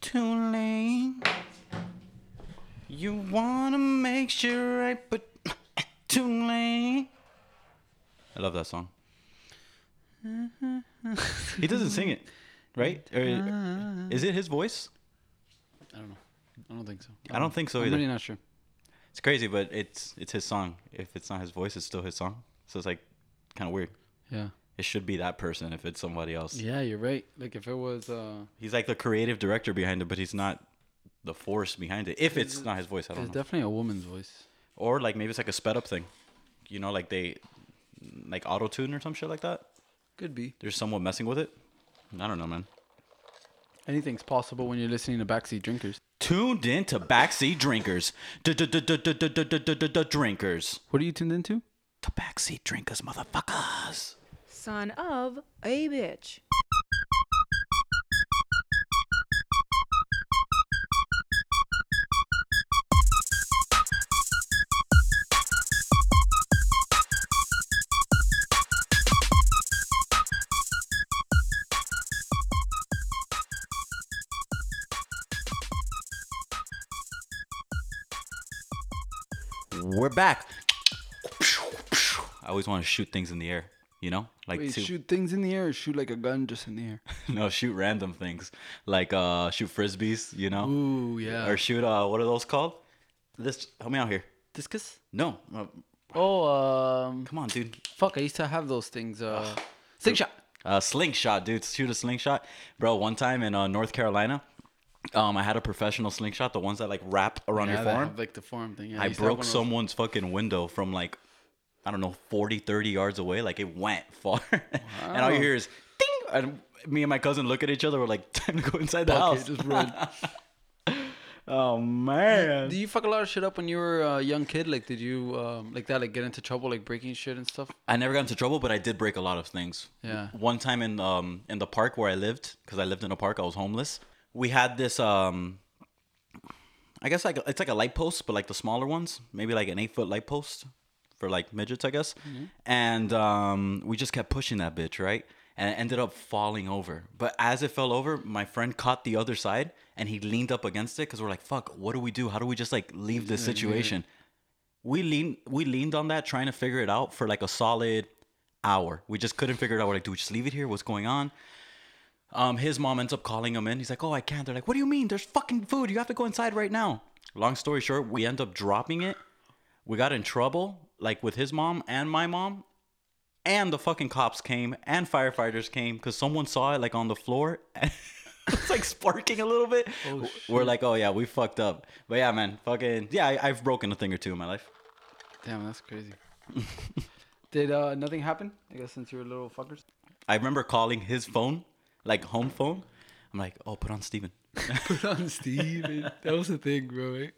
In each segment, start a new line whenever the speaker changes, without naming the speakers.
too late. You wanna make sure I put too late. I love that song. he doesn't sing it, right? Or is it his voice?
I don't know. I don't think so.
I don't think so
I'm
either.
really not sure.
It's crazy, but it's it's his song. If it's not his voice, it's still his song. So it's like kind of weird.
Yeah.
It should be that person if it's somebody else.
Yeah, you're right. Like if it was uh
He's like the creative director behind it, but he's not the force behind it. If it's not his voice, I
it's
don't know.
definitely a woman's voice.
Or like maybe it's like a sped up thing. You know, like they like auto tune or some shit like that.
Could be.
There's someone messing with it. I don't know, man.
Anything's possible when you're listening to backseat drinkers.
Tuned in to backseat drinkers. Drinkers.
What are you tuned into?
To backseat drinkers, motherfuckers.
Son of a bitch.
We're back. I always want to shoot things in the air, you know? Like
Wait,
to-
shoot things in the air or shoot like a gun just in the air?
no, shoot random things. Like uh shoot frisbees, you know?
Ooh, yeah.
Or shoot uh what are those called? This help me out here.
discus?
No. uh,
Oh, um
come on, dude.
fuck, I used to have those things uh slingshot.
Uh, slingshot, dude. Shoot a slingshot, bro. One time in uh, North Carolina, um, I had a professional slingshot, the ones that like wrap around
Yeah,
your
they
forearm.
have, like the form thing. Yeah,
I
used to have
broke
one of those.
someone's fucking window from like, I don't know, 40, 30 yards away. Like it went far. and all you hear is ding. And me and my cousin look at each other. We're like, time to go inside the
Fuck it,
house.
just run.
oh, man.
Do you fuck a lot of shit up when you were a young kid? Like, did you um, like that? Like, get into trouble, like breaking shit and stuff?
I never got into trouble, but I did break a lot of things.
Yeah.
One time in um in the park where I lived, because I lived in a park, I was homeless. We had this um, I guess like it's like a light post, but like the smaller ones, maybe like an eight foot light post for like midgets, I guess. And um, we just kept pushing that bitch, right? And it ended up falling over. But as it fell over, my friend caught the other side and he leaned up against it because we're like, fuck, what do we do? How do we just like leave this situation? we lean we leaned on that trying to figure it out for like a solid hour. We just couldn't figure it out. We're like, do we just leave it here? What's going on? Um, his mom ends up calling him in. He's like, oh, I can't. They're like, what do you mean? There's fucking food. You have to go inside right now. Long story short, we end up dropping it. We got in trouble, like with his mom and my mom, and the fucking cops came and firefighters came because someone saw it like on the floor. it's like sparking a little bit. We're like, oh yeah, we fucked up. But yeah, man, fucking yeah, I, I've broken a thing or two in my life.
Damn, that's crazy. did uh, nothing happen? I guess since you were little fuckers.
I remember calling his phone, like home phone. I'm like, oh, put on Steven.
Put on Steven. that was the thing, bro. eh? Right?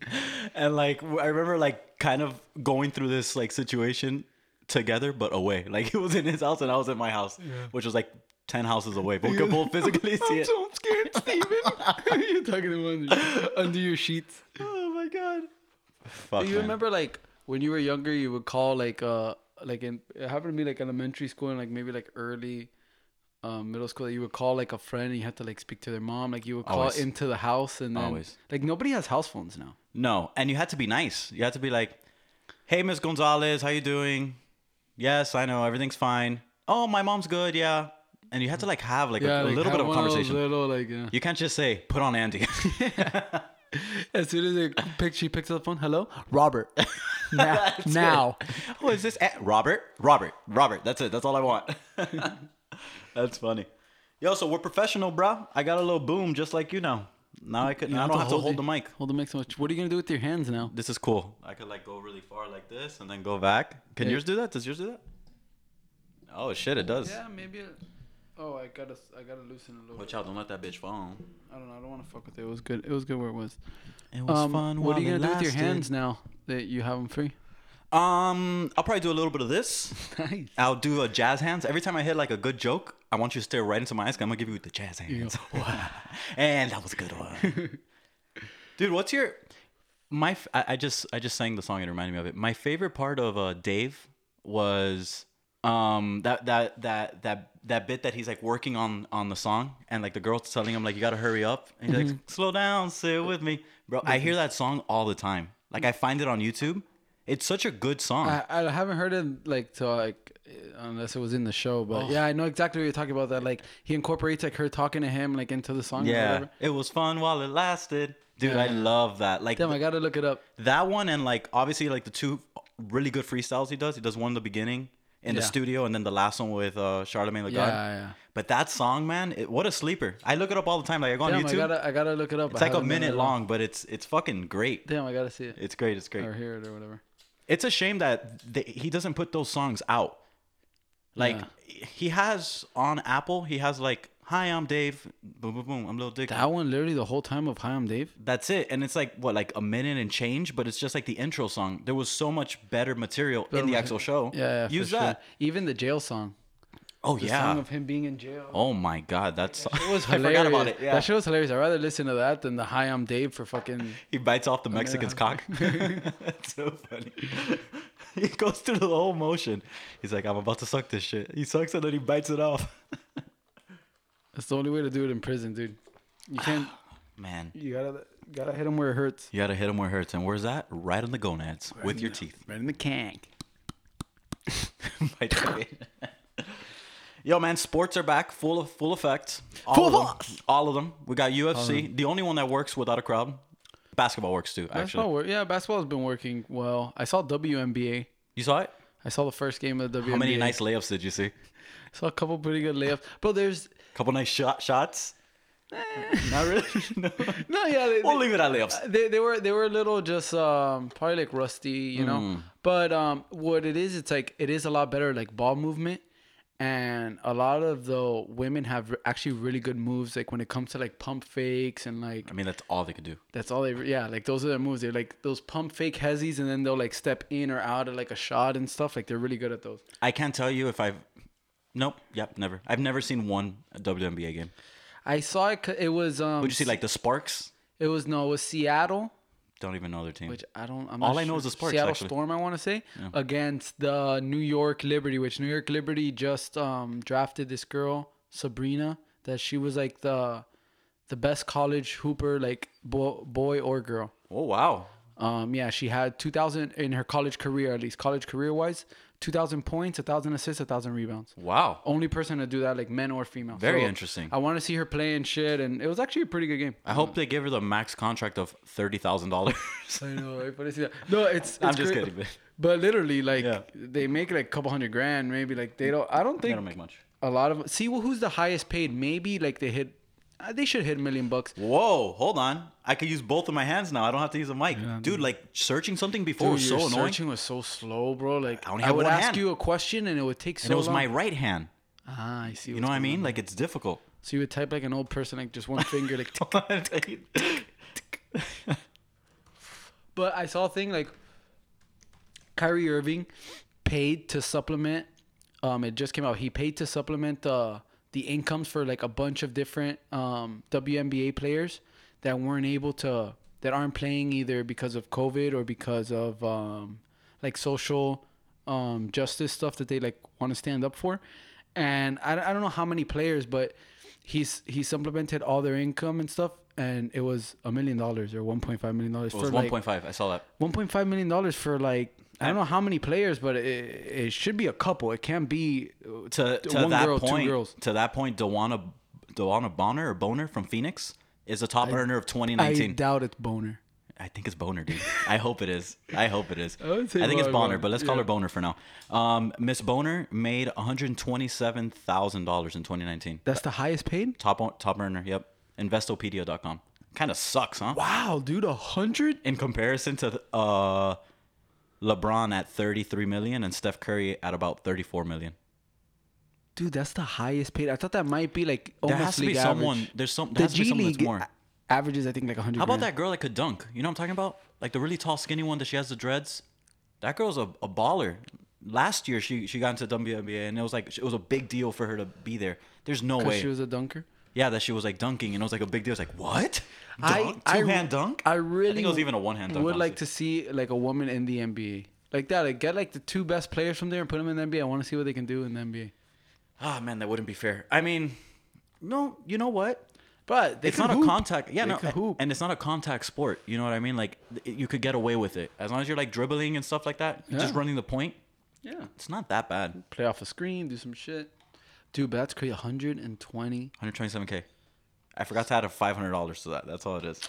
And like, w- I remember like kind of going through this like situation together, but away. Like he was in his house and I was in my house, which was like 10 houses away, but we could both physically see it.
so scared, Steven. You're talking to him under, under your sheets.
Oh my God. Fuck,
Do you
man.
remember like when you were younger, you would call like uh like in it happened to me like elementary school and like maybe like early. Um, middle school, you would call like a friend, and you had to like speak to their mom. Like you would call
Always.
into the house, and then
Always.
like nobody has house phones now.
No, and you had to be nice. You had to be like, "Hey, Miss Gonzalez, how you doing? Yes, I know everything's fine. Oh, my mom's good, yeah." And you had to like have like a, a
like,
little bit
have
of a
one those uh,
conversation.
Little, like, yeah.
You can't just say, "Put on Andy."
As soon as they pick, she picks up the phone. Hello, Robert. now, now.
oh, is this a- Robert? Robert, Robert. That's it. That's all I want. That's funny. Yo, so we're professional, bro. I got a little boom just like you now. Now I could. I don't have to hold the mic.
Hold the mic so much. What are you gonna do with your hands now?
This is cool. I could like go really far like this and then go back. Can
Yeah.
yours do that? Does yours do that? Oh shit, it does.
maybe. Oh, I gotta, I gotta loosen a little.
Watch out! Don't let that bitch fall.
I don't know. I don't want to fuck with it. It was good. It was good where it was.
It
Um, what are you gonna do with your hands now that you have them free?
Um, I'll probably do a little bit of this.
Nice.
I'll do a jazz hands. Every time I hit like a good joke, I want you to stare right into my eyes. 'cause I'm gonna give you the jazz hands. and that was a good one, dude. What's your my? f- I, I just I just sang the song. It reminded me of it. My favorite part of uh, Dave was um that that that that that bit that he's like working on on the song and like the girl's telling him like you gotta hurry up and he's like slow down sit with me bro i hear that song all the time like i find it on youtube it's such a good song
I, I haven't heard it like till like unless it was in the show,
Oh.
but yeah, I know exactly what you're talking about. That like he incorporates like her talking to him like into the song. Or
yeah
whatever.
it was fun while it lasted dude i love that like
Damn, I gotta look it up.
that one and like obviously like the two really good freestyles he does he does one in the beginning in the
Yeah.
studio and then the last one with uh charlemagne the
Yeah,
god
yeah.
but that song man it, what a sleeper i look it up all the time like i go on
Damn, I
youtube
gotta I gotta look it up.
It's
I
like a
haven't done it
minute
in while.
long, but it's it's fucking great.
Damn, I gotta see it
It's great. It's great.
or hear it or whatever.
It's a shame that th he doesn't put those songs out. Like he has on Apple, he has like, "Hi, I'm Dave. Boom, boom, boom. I'm Lil Dick."
That one literally the whole time of Hi, I'm Dave.
That's it. And it's like what, like a minute and change, but it's just like the intro song. There was so much better material in the actual show.
Yeah, yeah
use
for sure.
that.
Even the jail song.
Oh
The
yeah.
song of him being in jail.
oh my god, that song.
It was
I
hilarious.
forgot about it. Yeah.
That shit was hilarious. I'd rather listen to that than the Hi, I'm Dave for fucking.
He bites off the Mexican's cock. That's so funny. He goes through the whole motion. He's like, I'm about to suck this shit. He sucks and then he bites it off.
That's the only way to do it in prison, dude. You can't.
Man,
You gotta gotta hit him where it hurts.
you gotta hit him where it hurts. And where's that? Right on the gonads with your teeth.
Right in the cank.
Bite that bit. Yo, man, sports are back, full of full effect. All
Full
of them.
force.
All of them. We got UFC, the only one that works without a crowd. Basketball works too,
Basketball,
actually.
wor- yeah, basketball has been working well. I saw WNBA.
You saw it?
I saw the first game of the WNBA.
How many nice layups did you see?
Saw a couple pretty good layups. Bro, there's
Couple nice shot shots. Eh. Not really. No.
no, yeah, they,
We'll
they,
leave it at layups.
Uh, they, they were they were a little just um probably like rusty, you know.
Hmm.
But um, what it is, it's like it is a lot better like ball movement, and a lot of the women have re- actually really good moves. Like when it comes to like pump fakes and like
I mean, that's all they could do.
That's all they, yeah. Like those are their moves. They're like those pump fake hezzies, and then they'll like step in or out of like a shot and stuff. Like they're really good at those.
I can't tell you if I've. Nope. Yep. Never. I've never seen one WNBA game.
I saw it. c- It was um.
Would you see like the Sparks?
It was no. It was Seattle,
Don't even know their team.
which I don't. I'm
All
not
I know
sure.
is the Sparks,
Seattle
actually.
Storm, I want to say, against the New York Liberty, which New York Liberty just um drafted this girl Sabrina that she was like the, the best college hooper like bo- boy or girl.
oh wow.
Um, yeah, she had 2,000 in her college career, at least college career wise, 2,000 points, 1,000 assists, 1,000 rebounds.
Wow.
Only person to do that, like men or female.
Very interesting.
I want to see her play and shit, and it was actually a pretty good game.
I hope they give her the max contract of thirty thousand dollars.
I know, everybody see that. No, it's.
I'm
it's
just
great.
kidding. Man.
But literally, like
Yeah.
they make like a couple hundred grand, maybe. Like they don't. I don't
They
think
don't make much.
a lot of. See, well, who's the highest paid? Maybe like they hit. Uh, they should hit a million bucks.
Whoa, hold on. I could use both of my hands now. I don't have to use a mic, dude. Like searching something before was Oh, so
your
annoying.
searching was so slow, bro. Like
I
I,
only have
would
one
ask
hand.
you a question, and it would take so
and it was
long.
my right hand.
Ah, I see.
You know what I mean? Like it's difficult.
So you would type like an old person, like just one finger, like. But I saw a thing like Kyrie Irving paid to supplement. Um, it just came out. He paid to supplement the the incomes for like a bunch of different um WNBA players that weren't able to that aren't playing either because of COVID or because of um like social um justice stuff that they like want to stand up for. And I, I don't know how many players, but he's he supplemented all their income and stuff, and it was a million dollars or one point five million dollars
It was one point five. I saw that.
1.5 million dollars for like I don't know how many players, but it, it should be a couple. It can't be uh,
to,
t-
to that
girl,
point,
two girls.
to that point, Dewana Dewana Bonner or Boner from Phoenix is the top earner of
I
2019.
doubt it's boner.
I, think it's Boner, dude. I hope it is. I hope it is. I,
would say
think it's
Bonner,
Bonner,
Bonner,
but let's call her Boner for now. Um, Miss Boner made 127,000 dollars in 2019.
That's the highest paid.
Top o- top earner. Yep. Investopedia.com. Kind of sucks, huh?
Wow, dude, a hundred.
In comparison to uh, LeBron at 33 million and Steph Curry at about 34 million.
Dude, that's the highest paid. I thought that might be like almost
There has to
league
be
average.
someone. There's some. There
The
has to be
G
someone
League
that's more.
a- averages, I think, like a hundred.
How about that girl that could dunk? You know what I'm talking about? Like the really tall, skinny one that she has the dreads. That girl's a, a baller. Last year she she got into WNBA and it was like it was a big deal for her to be there. There's no way.
She was a dunker.
yeah, that she was like dunking and it was like a big deal. It's like what? Dunk?
I- I-
Two hand dunk?
I really
think it was even a one hand dunk.
Would like
honestly.
to see like a woman in the NBA like that. Like get like the two best players from there and put them in the NBA. I want to see what they can do in the NBA.
Ah, man, that wouldn't be fair. I mean, no, you know what?
But they
it's
can
not
hoop.
a contact. Yeah,
They
no,
can hoop.
and it's not a contact sport. You know what I mean? Like th- you could get away with it as long as you're like dribbling and stuff like that, just
Yeah.
running the point.
yeah.
It's not that bad.
Play off a screen, do some shit. Dude, but that's crazy. 120.
127k. I forgot to add a $500 to that. That's all it is.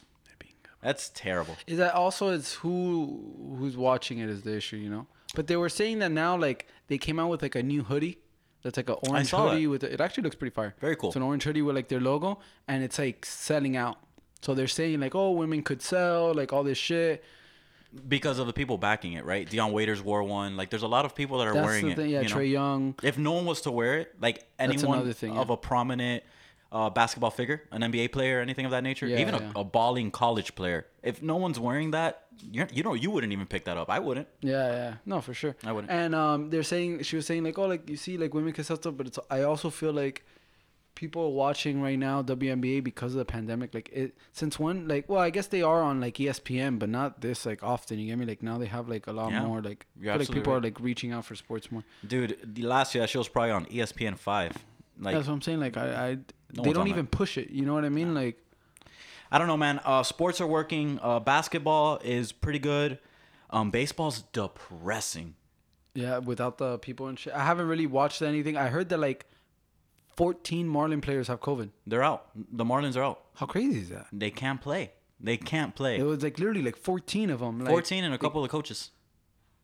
That's terrible.
Is that also it's who who's watching it is the issue, you know? But they were saying that now like they came out with like a new hoodie that's like an orange
saw that.
hoodie with a, it actually looks pretty fire.
Very cool.
It's an orange hoodie with like their logo and it's like selling out. So they're saying like, oh, women could sell like all this shit.
Because of the people backing it, right? Dion Waiters wore one. Like there's a lot of people that are
That's
wearing
the thing.
it.
Yeah,
you know?
Trey Young.
If no one was to wear it, like anyone
another thing,
of
yeah.
a prominent uh, basketball figure, an NBA player, anything of that nature,
Yeah,
even
yeah.
a, a balling college player, if no one's wearing that, you're, you know, you wouldn't even pick that up. I wouldn't.
Yeah, yeah, no, for sure.
I wouldn't.
And um, they're saying she was saying like, oh, like you see, like women can sell stuff, but it's. I also feel like people are watching right now WNBA because of the pandemic. Like it since when? Like, well, I guess they are on like E ESPN, but not this like often. You get me? Like now they have like a lot
Yeah.
more. Like, I
You're
feel like
absolutely
people
right.
are like reaching out for sports more.
Dude, the last year that show was probably on E ESPN five. Like
That's what I'm saying. Like I, I
one's
they
on
don't
that.
even push it. You know what I mean? Like
I don't know, man. Uh, sports are working. Uh, basketball is pretty good. Um, baseball's depressing.
yeah, without the people and shit. I haven't really watched anything. I heard that like 14 Marlin players have COVID.
They're out. The Marlins are out.
How crazy is that?
They can't play. They can't play.
It was like literally like 14 of them. Like,
14 and a couple of coaches.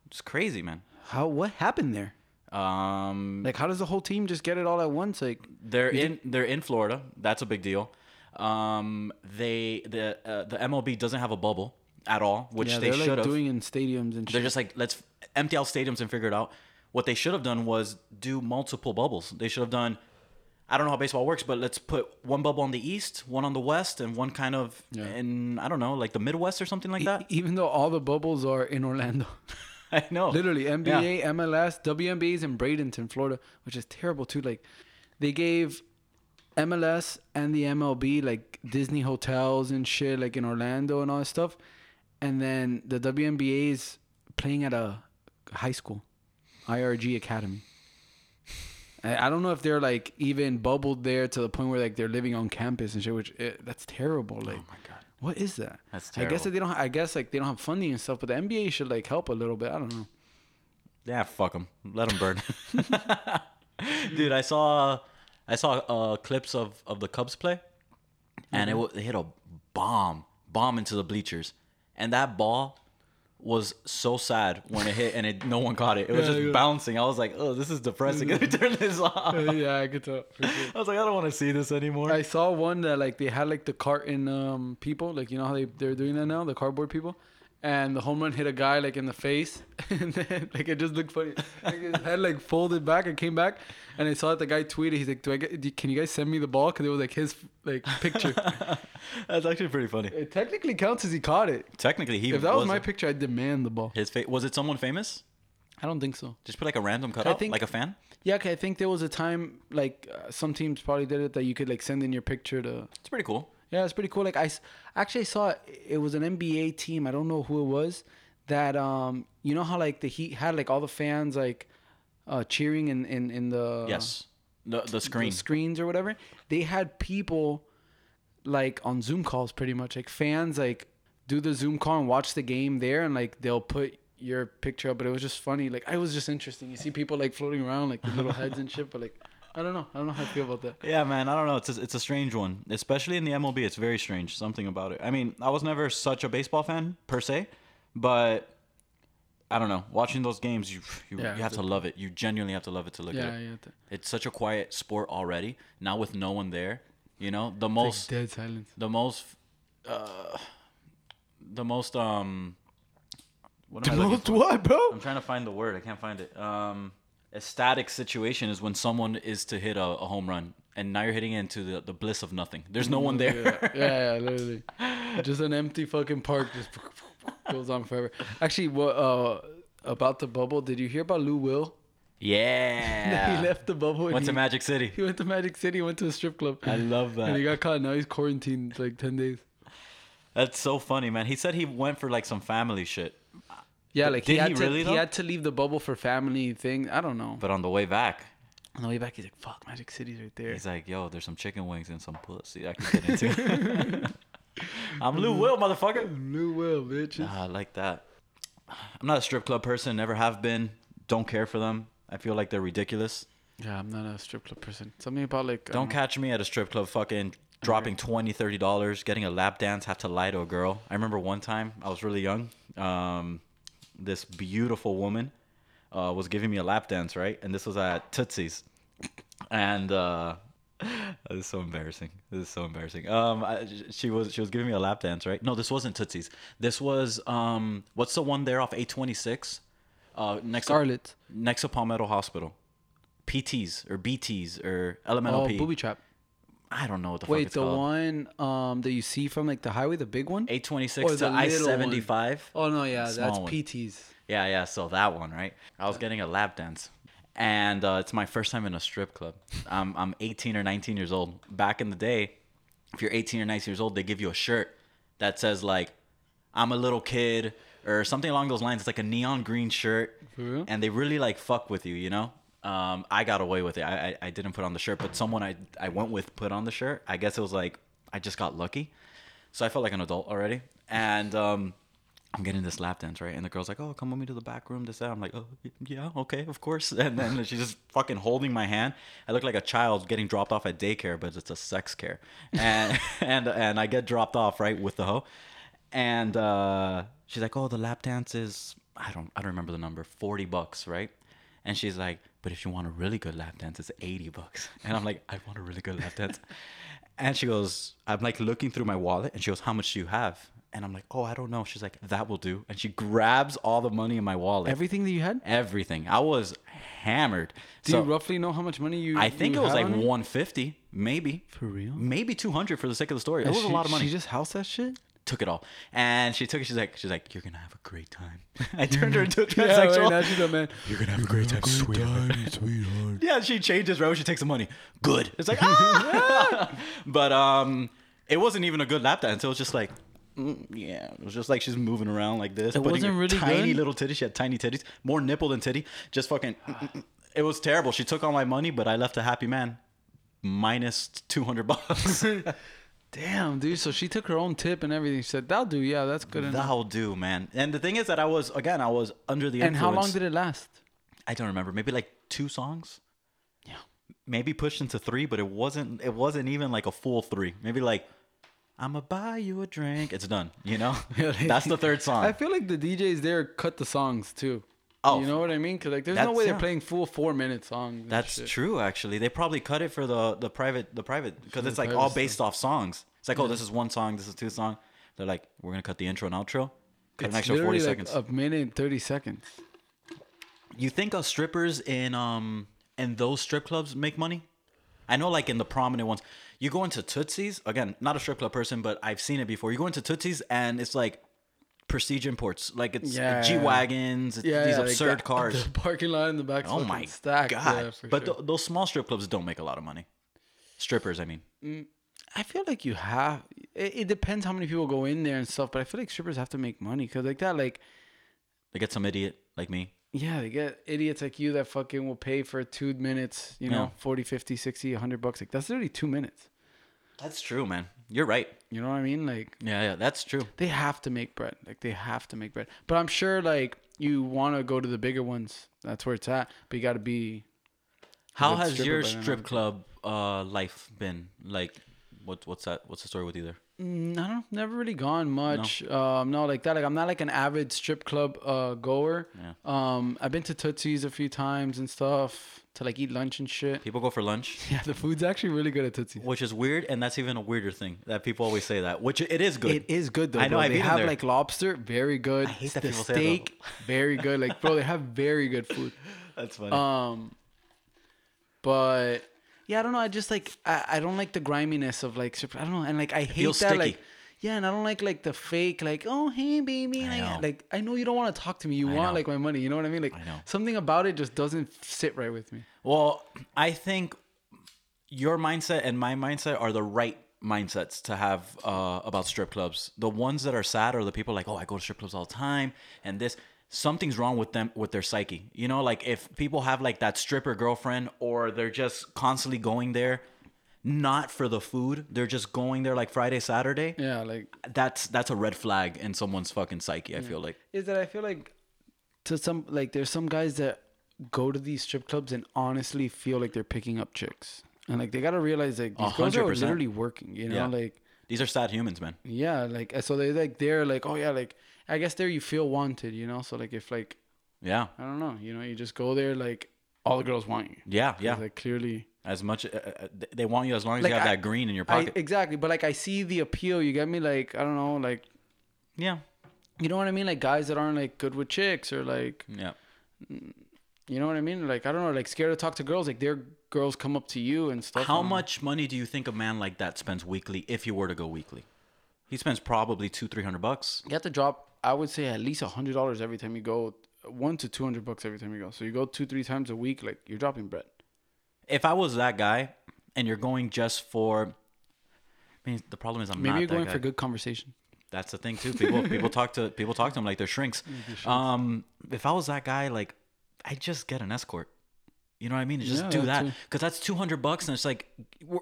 It's crazy, man.
How? What happened there?
Um,
Like, how does the whole team just get it all at once? Like,
they're in they're in Florida. That's a big deal. Um, they the uh, the MLB doesn't have a bubble at all, which
yeah,
they
they're
should
like
have.
doing in stadiums and
They're
shit.
just like, let's empty out stadiums and figure it out. What they should have done was do multiple bubbles. They should have done, I don't know how baseball works, but let's put one bubble on the east, one on the west, and one kind of in, I don't know, like the Midwest or something like that.
Even though all the bubbles are in Orlando,
I know.
literally
Yeah.
NBA, MLS, WNBA's in Bradenton, Florida, which is terrible too. Like, they gave MLS and the MLB like Disney hotels and shit, like in Orlando and all that stuff, and then the WNBA's playing at a high school, IRG Academy. I I don't know if they're like even bubbled there to the point where like they're living on campus and shit, which it, that's terrible. Like, oh my god, what is that?
That's
I
terrible.
guess that they don't. I guess like they don't have funding and stuff, but the NBA should like help a little bit. I don't know.
Yeah, fuck them. Let them burn. Dude, I saw I saw uh, clips of of the Cubs play, and
Mm-hmm.
it wa- they hit a bomb bomb into the bleachers, and that ball was so sad when it hit and it no one caught it. It was just
yeah. Mm-hmm.
bouncing. I was like, oh, this is depressing. Let me turn this off. I
yeah, I could tell.
was like, I don't want to see this anymore.
I saw one that like they had like the carton um people, like you know how they they're doing that now, the cardboard people. And the home run hit a guy like in the face, and then like it just looked funny. Like, his head like folded back and came back, and I saw that the guy tweeted. He's like, "Do I get? do- Can you guys send me the ball? Because it was like his like picture.
That's actually pretty funny.
it technically counts as he caught it.
Technically, he
If that was
was
my
a-
picture, I demand the ball.
his fa- was it someone famous?
I don't think so.
Just put like a random cutout,
think-
like a fan.
Yeah, 'kay, I think there was a time like uh, some teams probably did it that you could like send in your picture to
It's pretty cool.
Yeah, it's pretty cool. Like I s- actually saw it, it was an NBA team. I don't know who it was. That um, you know how like the Heat had like all the fans like uh cheering in in in the
Yes, the the
the
screen.
screens or whatever. They had people like on Zoom calls, pretty much like fans like do the Zoom call and watch the game there, and like they'll put your picture up. But it was just funny. Like it was just interesting. You see people like floating around like with little heads and shit. But like I don't know. I don't know how I feel about that.
Yeah, man, I don't know. It's a, it's a strange one, especially in the MLB. It's very strange. Something about it. I mean, I was never such a baseball fan per se, but I don't know. Watching those games, you you,
Yeah,
you have to love it. You genuinely have to love it to look
Yeah,
at it.
yeah. th-
It's such a quiet sport already. Now with no one there, you know the most
Dead silence.
the most uh, the most um what am I looking for?
what, bro?
I'm trying to find the word. I can't find it. Um, ecstatic situation is when someone is to hit a, a home run, and now you're hitting into the, the bliss of nothing. There's no one there.
yeah, yeah, yeah, literally. Just an empty fucking park just goes on forever. Actually, what uh about the bubble? Did you hear about Lou Will?
Yeah.
he left the bubble. and
Went to
he-
Magic City.
He went to Magic City. Went to a strip club.
I love
And he
that.
got caught. Now he's quarantined like ten days.
That's so funny, man. He said he went for like some family shit,
Yeah, like
did
he
he
had to
really,
he
though?
had to leave the bubble for family thing. I don't know.
but on the way back,
On the way back, he's like, "Fuck, Magic City's right there."
He's like, yo, there's some chicken wings and some pussy I can get into. I'm Lou Will, motherfucker.
Blue Will, bitch.
Nah, I like that. I'm not a strip club person. Never have been. Don't care for them. I feel like they're ridiculous.
Yeah, I'm not a strip club person. Something about like um, I
Don't catch me at a strip club fucking dropping 20 30 dollars getting a lap dance have to lie to a girl i remember one time i was really young um, this beautiful woman uh, was giving me a lap dance right and this was at tootsie's and uh, this is so embarrassing this is so embarrassing um, I, she was she was giving me a lap dance right no this wasn't tootsie's this was um, what's the one there off 826 uh, next to-
Scarlet.
next to palmetto hospital pts or bts or elemental
Oh,
p
booby trap.
I don't know what the fuck
Wait,
it's
the
called.
one um that you see from like the highway, the big one.
826
Or
to
the
I
little
75.
Oh no, yeah,
Small
that's
one.
PTs.
Yeah, yeah, so that one, right? I was getting a lap dance. And uh, it's my first time in a strip club. I'm, I'm 18 or 19 years old. Back in the day, if you're 18 or 19 years old, they give you a shirt that says, like, I'm a little kid or something along those lines. It's like a neon green shirt.
real?
And they really, like, fuck with you, you know? Um, I got away with it. I, I, I didn't put on the shirt, but someone I, I went with put on the shirt. I guess it was like, I just got lucky. So I felt like an adult already. And um, I'm getting this lap dance, right? And the girl's like, oh, come with me to the back room, this, that. I'm like, oh, y- yeah, okay, of course. And then she's just fucking holding my hand. I look like a child getting dropped off at daycare, but it's a sex care. And, and, and I get dropped off, right, with the hoe. And uh, she's like, oh, the lap dance is, I don't, I don't remember the number, 40 bucks, right? And she's like, but if you want a really good lap dance, it's 80 bucks. And I'm like, I want a really good lap dance. And she goes, I'm like looking through my wallet and she goes, How much do you have? And I'm like, Oh, I don't know. She's like, That will do. And she grabs all the money in my wallet.
Everything that you had.
everything. I was hammered.
Do
so
you roughly know how much money you?
I think
you
it was
had
like
on you?
150, maybe.
For real?
Maybe 200 for the sake of the story. It
And
was a
she-
lot of money
She just housed that shit.
took it all. And she took it. She's like, she's like, you're gonna have a great time. I turned her into a
Mm-hmm. Yeah, right,
transsexual.
now she's a man.
you're gonna have a great time, sweetheart. yeah, she changes road. She takes the money. Good. It's like ah. but um, it wasn't even a good lap dance. It was just like. mm, Yeah, it was just like she's moving around like this. It
wasn't really
tiny
good?
little titty. She had tiny titties, more nipple than titty. Just fucking, mm, it was terrible. She took all my money, but I left a happy man, minus two hundred bucks.
Damn, dude. So she took her own tip and everything. She said, "That'll do. Yeah, that's good enough."
That'll do, man. And the thing is that I was again, I was under the
And
influence.
how long did it last?
I don't remember. Maybe like two songs.
Yeah.
Maybe pushed into three, but it wasn't. It wasn't even like a full three. Maybe like, I'ma buy you a drink. It's done. You know, that's the third song.
I feel like the DJs there cut the songs too.
Oh.
you know what I mean? Cause like, there's no
That's-
way they're
yeah.
playing full four minute songs. and
That's
shit.
true, actually. They probably cut it for the the private the private because it's like
private
all
stuff.
based off songs. It's like, oh, this is one song, this is two song. They're like, we're gonna cut the intro and outro. Cut an
It's
extra
literally
forty
like
seconds.
a minute and thirty seconds.
You think of strippers in um in those strip clubs make money? I know, like in the prominent ones, you go into Tootsie's again. Not a strip club person, but I've seen it before. You go into Tootsie's and it's like prestige imports, like it's
Yeah.
G wagons, it's
Yeah,
these
yeah, like
absurd
the-
cars.
The parking lot in the back.
oh my
stacked,
god!
Yeah, for
but
sure.
th- those small strip clubs don't make a lot of money. Strippers, I mean.
I feel like you have. It, it depends how many people go in there and stuff. But I feel like strippers have to make money because like that, like
They get some idiot like me.
yeah, they get idiots like you that fucking will pay for two minutes. You
Yeah.
know, 40, 50, 60, 100 bucks. Like that's literally two minutes.
That's true, man. You're right.
You know what I mean? Like
Yeah, yeah, that's true.
they have to make bread. Like they have to make bread. But I'm sure like you want to go to the bigger ones. That's where it's at. But you got to be.
How
good
has
stripper
your
by then,
strip club uh life been? Like, what what's that? What's the story with either?
Mm, I don't. Never really gone much. Um, no, like that. Like I'm not like an avid strip club uh goer.
Yeah.
Um, I've been to Tootsie's a few times and stuff to like eat lunch and shit.
People go for lunch.
Yeah, the food's actually really good at Tootsie's.
which is weird, and that's even a weirder thing that people always say that, which it is good.
It is good though.
I know,
bro.
I've
they
eaten
have
there.
like lobster, very good. I
hate that
the
people say that, though.
steak, very good. Like bro, they have very good food.
That's funny.
Um, but yeah, I don't know. I just like I, I don't like the griminess of like surp- I don't know, and like I hate that
feels
like
sticky.
yeah, and I don't like like the fake like oh hey baby like
know.
like I know you don't want to talk to me. You want
know.
like my money. You know what I mean? Like
I know.
something about it just doesn't sit right with me.
well, I think your mindset and my mindset are the right mindsets to have uh, about strip clubs. The ones that are sad are the people like, oh, I go to strip clubs all the time, and this. something's wrong with them with their psyche. You know, like if people have like that stripper girlfriend or they're just constantly going there not for the food, they're just going there like Friday, Saturday.
Yeah, like
That's that's a red flag in someone's fucking psyche, I feel like.
is that I feel like to some like there's some guys that go to these strip clubs and honestly feel like they're picking up chicks. And like they gotta realize like these girls are
100%.
literally working, you know,
Yeah.
like
These are sad humans, man.
yeah, like uh, so they like they're like, oh yeah, like I guess there you feel wanted, you know. So like if like
Yeah.
I don't know, you know, you just go there like all the girls want you.
Yeah, yeah.
Like clearly
As much uh, uh, th- they want you as long as
Like,
you have
I-
that green in your
I,
pocket.
exactly, but like I see the appeal, you get me? Like, I don't know, like
yeah.
you know what I mean? Like guys that aren't like good with chicks or like
Yeah.
you know what I mean? Like I don't know, like scared to talk to girls, like their girls come up to you and stuff.
How
and-
much money do you think a man like that spends weekly if he were to go weekly? He spends probably two, three hundred bucks.
you have to drop i would say at least a hundred dollars every time you go one to two hundred bucks every time you go so you go two three times a week like you're dropping bread
If I was that guy and you're going just for I mean the problem is I'm
maybe
not
you're
that
going
guy.
for good conversation
That's the thing too. People people talk to people talk to him like they're shrinks. Um, if I was that guy, like I would just get an escort. You know what I mean? Just
Yeah,
do
that
that
too.
because that's two hundred bucks, and it's like we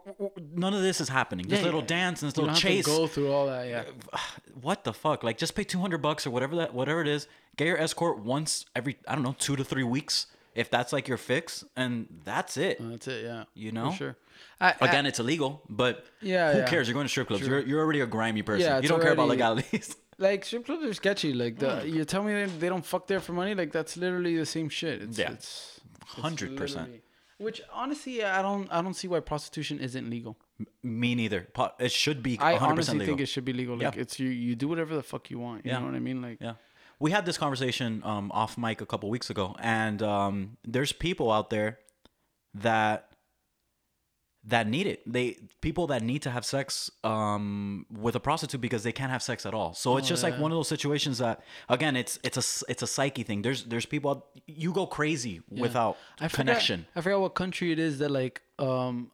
none of this is happening. This
Yeah,
little
yeah.
dance and this
you
little
don't
chase.
have to go through all that yeah
What the fuck? Like just pay two hundred bucks or whatever that whatever it is. Get your escort once every I don't know two to three weeks if that's like your fix, and that's it.
that's it yeah
You
For
know?
sure I, Uh, I-
Again, it's illegal, but
Yeah,
who
yeah.
cares? You're going to strip clubs. You're, you're already a grimy person.
Yeah,
you
it's
don't care about
already-
legalities.
like strip clubs are sketchy like the, you tell me they, they don't fuck there for money like that's literally the same shit it's,
Yeah.
it's it's
Hundred percent.
literally- which honestly i don't i don't see why prostitution isn't legal
Me neither. Po- It should be 100%
i honestly
legal.
think it should be legal like
Yeah.
it's you you do whatever the fuck you want you
Yeah.
know what i mean like
yeah. We had this conversation um, off mic a couple weeks ago, and um, there's people out there that that need it. They people that need to have sex um, with a prostitute because they can't have sex at all. So it's
Oh,
just like one of those situations that again, it's it's a s- it's a psyche thing. There's there's people out, you go crazy without
forgot-
connection.
I forgot what country it is that like um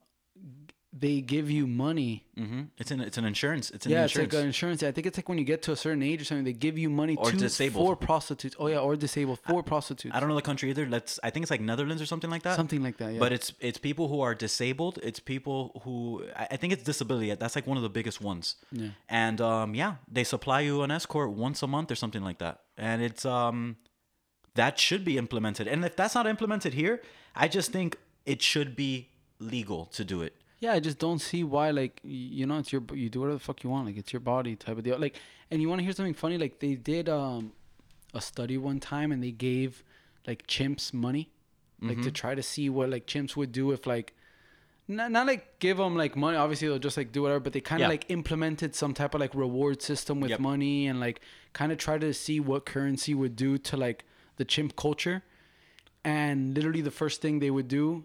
they give you money.
hmm It's an it's an insurance. It's an
Yeah, it's
insurance.
like an insurance. I think it's like when you get to a certain age or something, they give you money
Or
to
disabled.
for prostitutes. Oh yeah, or disabled for prostitutes.
I don't know the country either. Let's I think it's like Netherlands or something like that.
something like that. Yeah.
But it's it's people who are disabled. It's people who I I think it's disability. That's like one of the biggest ones. Yeah. And um, yeah, they supply you an escort once a month or something like that. And it's um, that should be implemented. And if that's not implemented here, I just think it should be legal to do it.
yeah, I just don't see why like y- you know it's your you do whatever the fuck you want like it's your body type of deal. Like, and you want to hear something funny? Like they did um a study one time and they gave like chimps money like
Mm-hmm.
to try to see what like chimps would do if like not, not like give them like money obviously they'll just like do whatever but they kind of
Yeah.
like implemented some type of like reward system with
Yep.
money and like kind of try to see what currency would do to like the chimp culture and literally the first thing they would do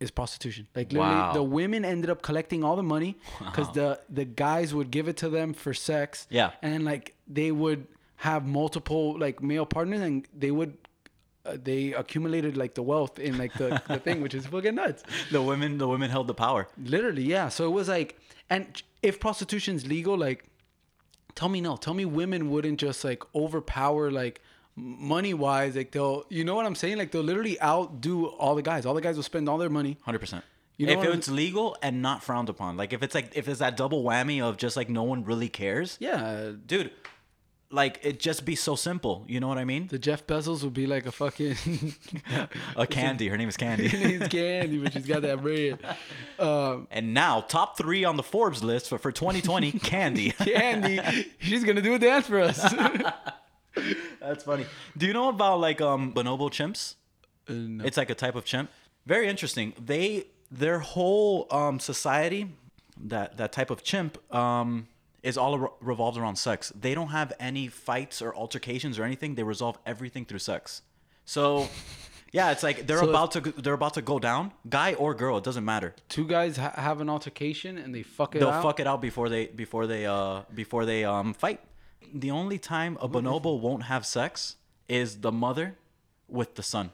is prostitution like literally
Wow.
the women ended up collecting all the money because the the guys would give it to them for sex
Yeah.
and like they would have multiple like male partners and they would uh, they accumulated like the wealth in like the, the thing which is fucking nuts
The women the women held the power.
literally yeah so it was like and if prostitution's legal like tell me no tell me women wouldn't just like overpower like money wise like they'll you know what i'm saying like they'll literally outdo all the guys all the guys will spend all their money
Hundred percent.
You know
if
what I'm-
it's legal and not frowned upon, like if it's like if it's that double whammy of just like no one really cares,
yeah
dude, like it just be so simple. You know what I mean?
the jeff bezos would be like a fucking
A Uh, candy. Her name is Candy.
His candy but she's got that bread um
and now top three on the Forbes list for, for 2020, Candy.
candy she's gonna do a dance for us Uh,
That's funny. Do you know about like um bonobo chimps? Uh,
no.
It's like a type of chimp. Very interesting. They their whole um society, that that type of chimp, um, is all re- revolves around sex. They don't have any fights or altercations or anything. They resolve everything through sex. So yeah, it's like they're
So if-
about to they're about to go down, guy or girl, it doesn't matter.
two guys ha- have an altercation and they fuck it
they'll
out
fuck it out before they before they uh before they um fight. The only time a bonobo won't have sex is the mother with the son.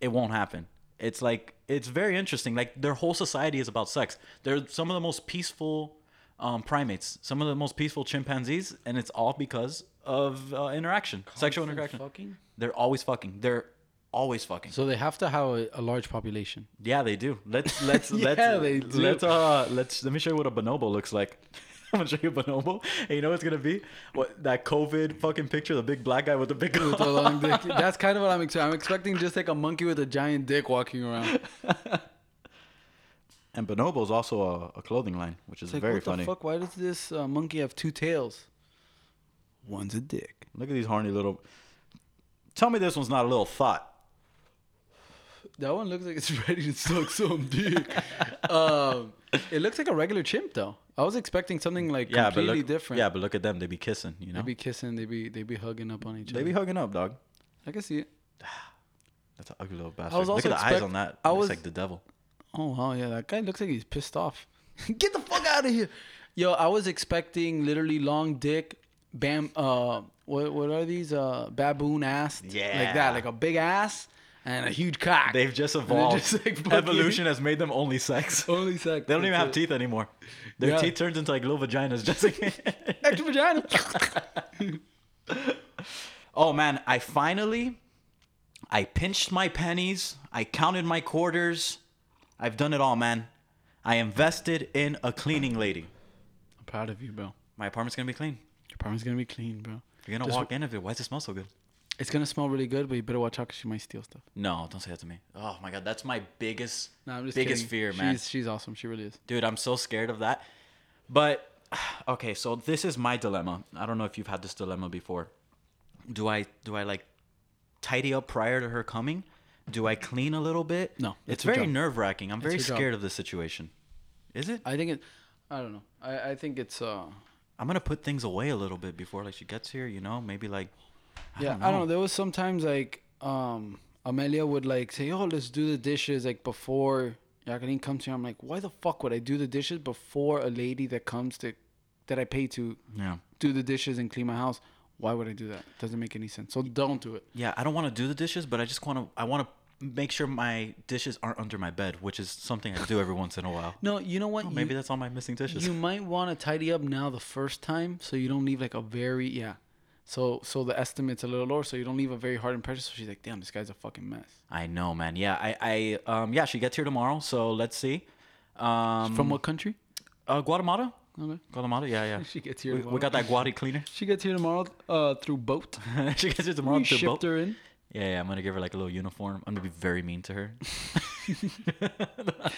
It won't happen. It's like it's very interesting. Like their whole society is about sex. They're some of the most peaceful um, primates, some of the most peaceful chimpanzees, and it's all because of uh, interaction, sexual interaction.
Fucking.
They're always fucking. They're always fucking.
So they have to have a, a large population.
Yeah, they do. Let's let's
Yeah,
let's
they do.
let's uh let's let me show you what a bonobo looks like. I'm gonna show you a bonobo. And you know what it's gonna be? What that COVID fucking picture, the big black guy with the big
With a long dick. That's kind of what I'm expecting. I'm expecting just like a monkey with a giant dick walking around.
And bonobo is also a, a clothing line, which is
It's like,
very
what
funny.
the fuck? Why does this uh, monkey have two tails? One's a dick.
Look at these horny little. Tell me this one's not a little thought.
That one looks like it's ready to suck some dick. um, it looks like a regular chimp though. I was expecting something like
Yeah, but
completely
look,
different.
Yeah, but look at them. They be kissing. You know,
they be kissing. They be they be hugging up on each
They
other.
be hugging up, dog.
I can see it.
That's an ugly little bastard.
I was
look
also
at the eyes
expect-
on that.
I
Looks
was-
like the devil.
Oh wow, yeah, that guy looks like he's pissed off. Get the fuck out of here. Yo, I was expecting literally long dick, bam uh what what are these? Uh baboon ass. Like
Yeah.
that, like a big ass and a huge cock.
They've just
And they're
evolved.
just, like, fucking-
Evolution has made them only sex.
Only sex.
They don't even have
That's it.
teeth anymore. Their
Yeah.
teeth turns into like little vaginas. Just like
Extra vagina.
oh man, I finally, I pinched my pennies. I counted my quarters. I've done it all, man. I invested in a cleaning lady.
I'm proud of you, bro.
My apartment's gonna be clean.
Your apartment's gonna be clean, bro.
You're gonna
Just-
walk in of it. Why does it smell so good?
It's gonna smell really good, but you better watch out because she might steal stuff.
No, don't say that to me. Oh my god, that's my biggest,
No, I'm just
biggest
kidding.
fear, man.
She's she's awesome. She really is.
Dude, I'm so scared of that. But okay, so this is my dilemma. I don't know if you've had this dilemma before. Do I do I like tidy up prior to her coming? Do I clean a little bit?
No,
it's
that's your
very
job.
nerve wracking. I'm very
your job.
scared of this situation. Is it?
I think it. I don't know. I I think it's uh.
I'm gonna put things away a little bit before like she gets here. You know, maybe like
Yeah, I don't know. There was sometimes like um Amelia would like say, "Oh, let's do the dishes like before Jacqueline comes here." I'm like, "Why the fuck would I do the dishes before a lady that comes to that I pay to
yeah,
do the dishes and clean my house? Why would I do that? Doesn't make any sense. So don't do it."
yeah. I don't want to do the dishes, but I just want to. I want to make sure my dishes aren't under my bed, which is something I do every once in a while.
No, you know what?
Oh,
You-
maybe that's all my missing dishes.
you might want to tidy up now the first time so you don't leave like a very yeah so so the estimate's a little lower so you don't leave a very hard impression so she's like damn this guy's a fucking mess
I know, man. Yeah, I, I, um, yeah, she gets here tomorrow, so let's see. Um,
from what country
uh, Guatemala,
okay.
Guatemala, yeah, yeah.
she gets here
We, we got that Guadi cleaner.
she gets here tomorrow uh through boat
she gets here tomorrow
we
to
shipped
boat.
her in
Yeah, yeah. I'm gonna give her like a little uniform. I'm gonna be very mean to her.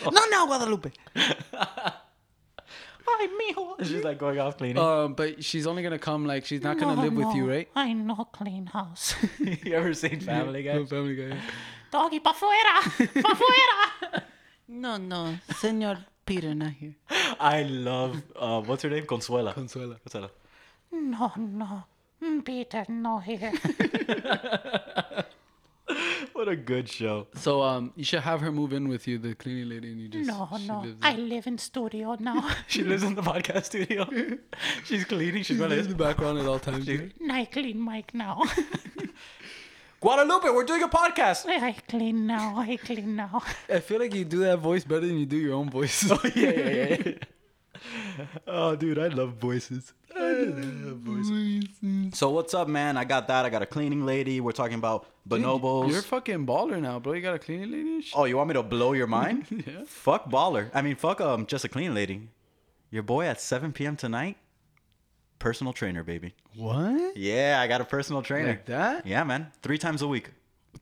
no, no, Guadalupe. Ay, mijo. She's like going off cleaning.
um but she's only gonna come like she's not gonna
No,
live with you
no,
right
I know clean house.
you ever seen Family Guy?
No, family guy yeah.
Doggy, pa fuera, pa fuera. No, no, Senor Peter not here.
I love. Uh, what's her name? Consuela.
Consuela.
Consuela.
No, no, Mm, Peter no here.
What a good show.
so um you should have her move in with you the cleaning lady and you just
No,
she
no,
lives in-
I live in studio now.
She lives in the podcast studio. She's cleaning. She's
She's
gonna.
in the background at all times right?
I clean mic now.
Guadalupe, we're doing a podcast.
I clean now. I clean now.
i feel like you do that voice better than you do your own voice
yeah, yeah, yeah. oh, dude, I love voices. So what's up, man? I got that. I got a cleaning lady. We're talking about bonobos.
You're a fucking baller now, bro. You got a cleaning lady and shit.
oh, you want me to blow your mind?
Yeah.
Fuck baller. I mean, fuck um, just a cleaning lady. Your boy at 7 p.m. tonight. Personal trainer, baby.
What?
Yeah, I got a personal trainer.
Like that?
Yeah, man. Three times a week.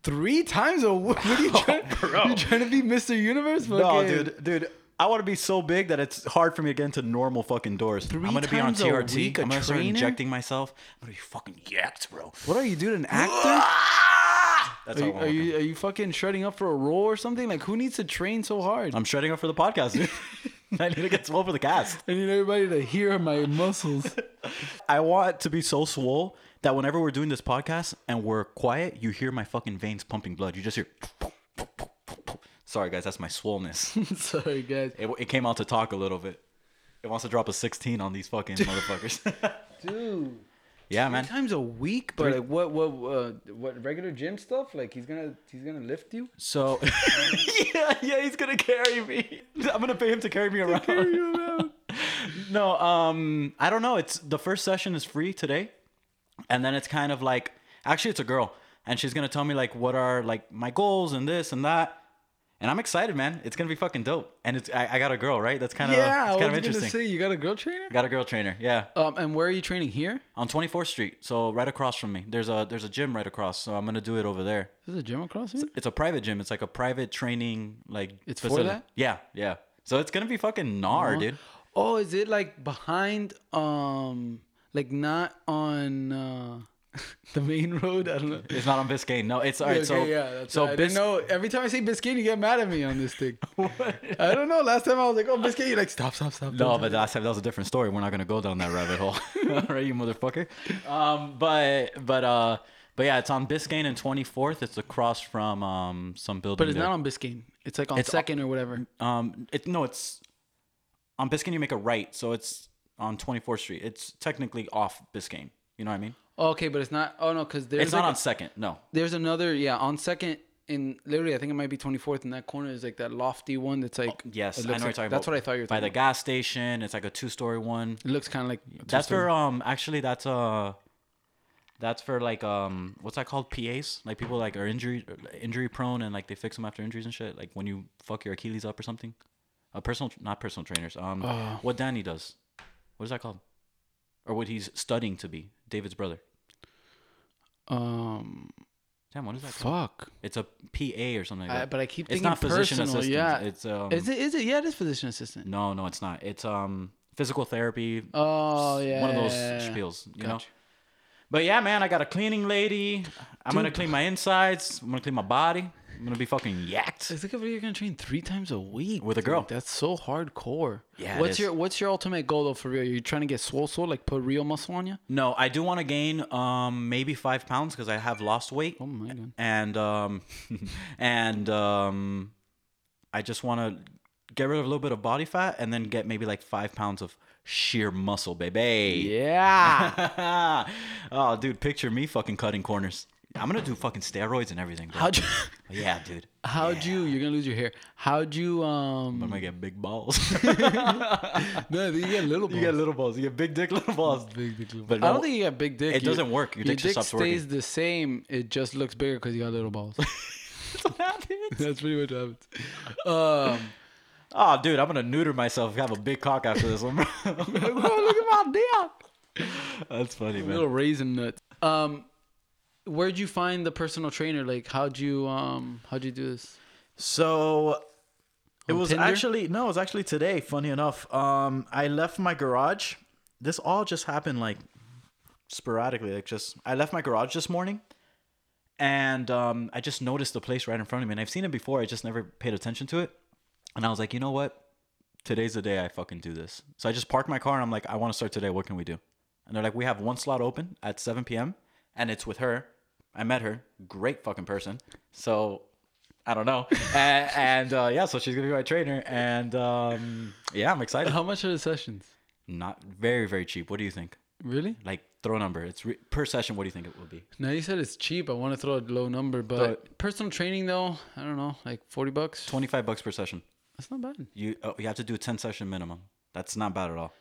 Three times a week? What are you trying? You trying to be Mr. Universe?
No,
Fucking-
dude, dude. I want to be so big that it's hard for me to get into normal fucking doors.
Three
I'm gonna be on
times a
TRT.
week, a
I'm gonna start
trainer?
injecting myself. I'm gonna be fucking yacked, bro.
What are you, dude? An actor?
Ah! That's
Are
how I
you,
wanna
are,
be.
you, are you fucking shredding up for a role or something? Like, who needs to train so hard?
I'm shredding up for the podcast, dude. I need to get swole for the cast.
I need everybody to hear my muscles.
I want to be so swole that whenever we're doing this podcast and we're quiet, you hear my fucking veins pumping blood. You just hear. Sorry, guys, that's my swoleness.
Sorry, guys.
It, it came out to talk a little bit. It wants to drop a 16 on these fucking motherfuckers.
Dude.
yeah,
Three
man.
times a week, but like what, what, uh, what regular gym stuff? Like he's gonna, he's gonna lift you.
So
uh,
yeah, yeah, he's gonna carry me. I'm gonna pay him to carry me around.
Carry you around.
No, um, I don't know. It's the first session is free today, and then it's kind of like actually it's a girl, and she's gonna tell me like what are like my goals and this and that, and I'm excited, man. It's gonna be fucking dope, and it's I, I got a girl, right? That's kind of it's kind
yeah, I
of
was gonna
interesting.
say you got a girl trainer.
Got a girl trainer, yeah,
Um, and where are you training here?
on 24th Street, so right across from me. There's a there's a gym right across, so I'm gonna do it over there.
Is this a gym across here?
It's a private gym. It's like a private training like.
It's for that?
Yeah, yeah. So it's gonna be fucking gnar, dude.
Oh, is it like behind um like not on uh the main road? I don't know.
It's not on Biscayne. No, it's all right.
okay,
so
yeah, that's
so
right. I didn't
Bis-
know every time I say Biscayne, you get mad at me on this thing. I don't know. Last time I was like, "Oh, Biscayne," you're like, "Stop, stop, stop."
No,
don't
but that's, that was a different story. We're not gonna go down that rabbit hole, All right, you motherfucker. Um, but but uh, but yeah, it's on Biscayne and 24th. It's across from um some building.
But it's
there.
not on Biscayne. It's like on
It's-
second or whatever.
Um, it no, it's on Biscayne. You make a right, so it's on 24th Street. It's technically off Biscayne. You know what I mean?
Okay, but it's not. Oh no, because there's
It's not
like
on
a-
Second. No,
there's another. Yeah, on second in literally, I think it might be 24th. In that corner is like that lofty one that's like.
Oh, yes, I
it
know what
looks
you're
like-
talking
That's
about.
what I thought you were
by the
talking.
gas station. It's like a two-story one.
It looks kind of like.
That's for um actually that's uh that's for like um what's that called PAs like people like are injury injury prone and like they fix them after injuries and shit like when you fuck your Achilles up or something. A personal not personal trainers. Um
Oh.
what Danny does. What is that called? Or what he's studying to be. David's brother.
Um.
Damn, what is that called?
Fuck.
It's a PA or something like that.
I, but I keep
it's
thinking
not physician
personal.
assistant.
Yeah.
It's um
is it? Is it? Yeah, it is physician assistant.
No, no, it's not. It's um physical therapy.
Oh yeah.
one of those
yeah, yeah, yeah.
spiels, you know.
Gotcha.
But yeah, man, I got a cleaning lady. I'm gonna clean my insides. I'm gonna clean my body. I'm gonna be fucking yacked.
It's like if you're gonna train three times a week
With a
dude.
girl.
That's so hardcore.
Yeah, it
What's
is.
your What's your ultimate goal though? For real, you trying to get swole, swole, like put real muscle on you?
No, I do want to gain um maybe five pounds because I have lost weight
Oh my god.
and um and um I just want to get rid of a little bit of body fat and then get maybe like five pounds of sheer muscle, baby.
Yeah.
Yeah. oh, dude, picture me fucking cutting corners. I'm gonna do fucking steroids and everything. Bro.
How'd you
Yeah, dude.
How'd you You're gonna lose your hair. How'd you
I'm
um?
gonna get big balls.
No, you get little.
you get little balls. You get big dick, little balls. Big dick, little balls. But
I
no-
don't think you got big dick.
It
You-
doesn't work. Your dick just stops
stays
working.
the same. It just looks bigger because you got little balls. That's pretty much what happens. Um,
Oh, dude, I'm gonna neuter myself. Have a big cock after this one. bro.
look at my dick.
That's funny, man.
Little raisin nuts. Um, where'd you find the personal trainer? Like, how'd you um, how'd you do this?
So it
On
was
Tinder?
actually no, it was actually today. Funny enough, um, I left my garage. This all just happened like sporadically. Like just, I left my garage this morning, and um, I just noticed the place right in front of me. And I've seen it before. I just never paid attention to it. And I was like, you know what? Today's the day I fucking do this. So I just parked my car and I'm like, I want to start today. What can we do? And they're like, we have one slot open at 7 p.m. and it's with her. I met her. Great fucking person. So I don't know. and and uh, yeah, so she's going to be my trainer. And um, yeah, I'm excited.
How much are the sessions?
Not very, very cheap. What do you think?
Really?
Like, throw a number. It's re- per session. What do you think it will be?
Now you said it's cheap. I want to throw a low number, but
Throw it.
personal training though, I don't know, like forty bucks.
25 bucks per session.
That's not bad.
You oh, you have to do a 10 session minimum. That's not bad at all.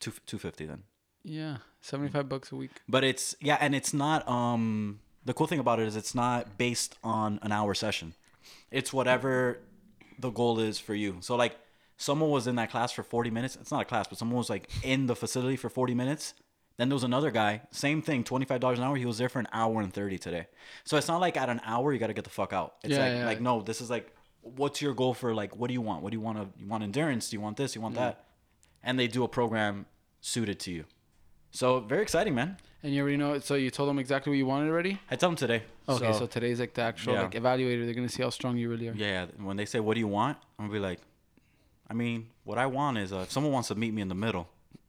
Two, 250 then.
Yeah, seventy-five bucks a week.
But it's yeah, and it's not um the cool thing about it is it's not based on an hour session. It's whatever the goal is for you. So like someone was in that class for 40 minutes. It's not a class, but someone was like in the facility for 40 minutes. Then there was another guy, same thing, $25 an hour. He was there for an hour and 30 today. So it's not like at an hour you got to get the fuck out. It's
Yeah,
like
yeah.
like no, this is like what's your goal for like what do you want? What do you want to you want endurance? Do you want this? You want that? And they do a program suited to you. So very exciting, man.
And you already know it. So you told them exactly what you wanted already.
I tell them today.
Okay, so, today's like the actual
Yeah.
like evaluator. They're gonna see how strong you really are.
yeah, yeah, when they say what do you want, I'm gonna be like, I mean, what I want is uh, if someone wants to meet me in the middle,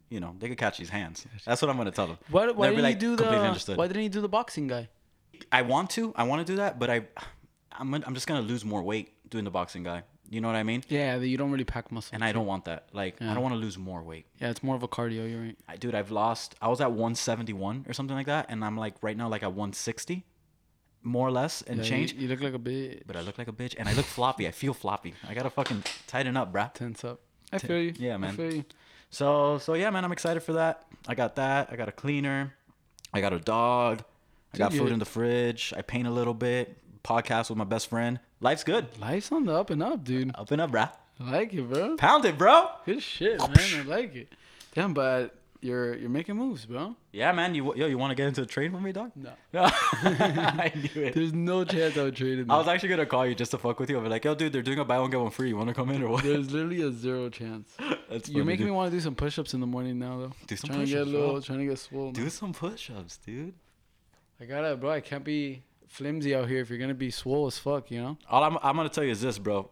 you know, they could catch these hands. That's what I'm gonna tell them.
Why,
They'll
why
be
didn't
like,
you do
completely
the?
understood.
Why didn't you do the boxing guy?
I want to, I want to do that, but I, I'm, gonna- I'm just gonna lose more weight doing the boxing guy. You know what I mean?
Yeah, that you don't really pack muscle.
And I don't want that. Like, I
Yeah.
don't want to lose more weight.
yeah, it's more of a cardio. You're right.
I, dude, I've lost. I was at 171 or something like that, and I'm like right now like at 160, more or less, and
Yeah, you-
change.
You, look like a bit
but I look like a bitch, and I look floppy. I feel floppy. I gotta fucking tighten up, bruh.
tense up. I feel you.
yeah,
I
man.
feel you.
So so yeah, man, I'm excited for that. I got that. I got a cleaner. I got a dog. I got
Dude,
food
you-
in the fridge. I paint a little bit. Podcast with my best friend. Life's good.
Life's on the up and up, dude.
Up and up, brah.
I like it, bro.
Pound it, bro.
Good shit, man. I like it. Damn, but you're you're making moves, bro.
Yeah, man. You yo, you want to get into the trade with me, dog?
No.
I knew it.
There's no chance I would trade him.
I was actually gonna call you just to fuck with you. I'll be like, yo, dude, they're doing a buy one get one free. You wanna come in or what?
There's literally a zero chance.
That's
You're
funny,
making
dude.
me want to do some push-ups in the morning now, though.
Do some
trying to get
push-ups,
a little,
bro.
trying to get swole. man.
do some push-ups, dude.
I gotta, bro. I can't be flimsy out here if you're gonna be swole as fuck, you know.
All I'm, I'm gonna tell you is this, bro.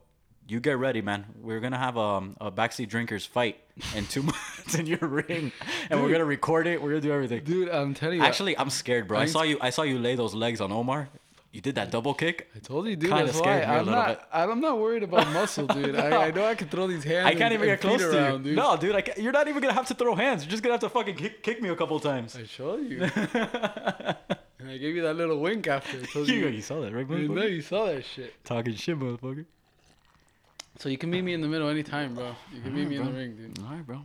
You get ready, man. We're gonna have um, a backseat drinkers fight in two months in your ring, and we're gonna record it. We're gonna do everything.
Dude, I'm telling you.
Actually, I'm scared, bro. I
I'm-
saw you. I saw you lay those legs on Omar. You did that double kick.
I told you, dude.
kinda
That's why
scared me a
I'm
little
not. I'm not worried about muscle, dude. I, I know I can throw these hands.
I can't
and-
even get
and
close
feet
to you.
around, dude.
No, dude, I can't, you're not even gonna have to throw hands. You're just gonna have to fucking kick, kick me a couple times.
I showed you. and I gave you that little wink after. I told
You,
you.
you saw that, right,
You know
motherfucker?
you saw that shit.
Talking shit, motherfucker.
So you can meet me in the middle anytime, bro. You can meet me in the ring, dude.
All right, bro.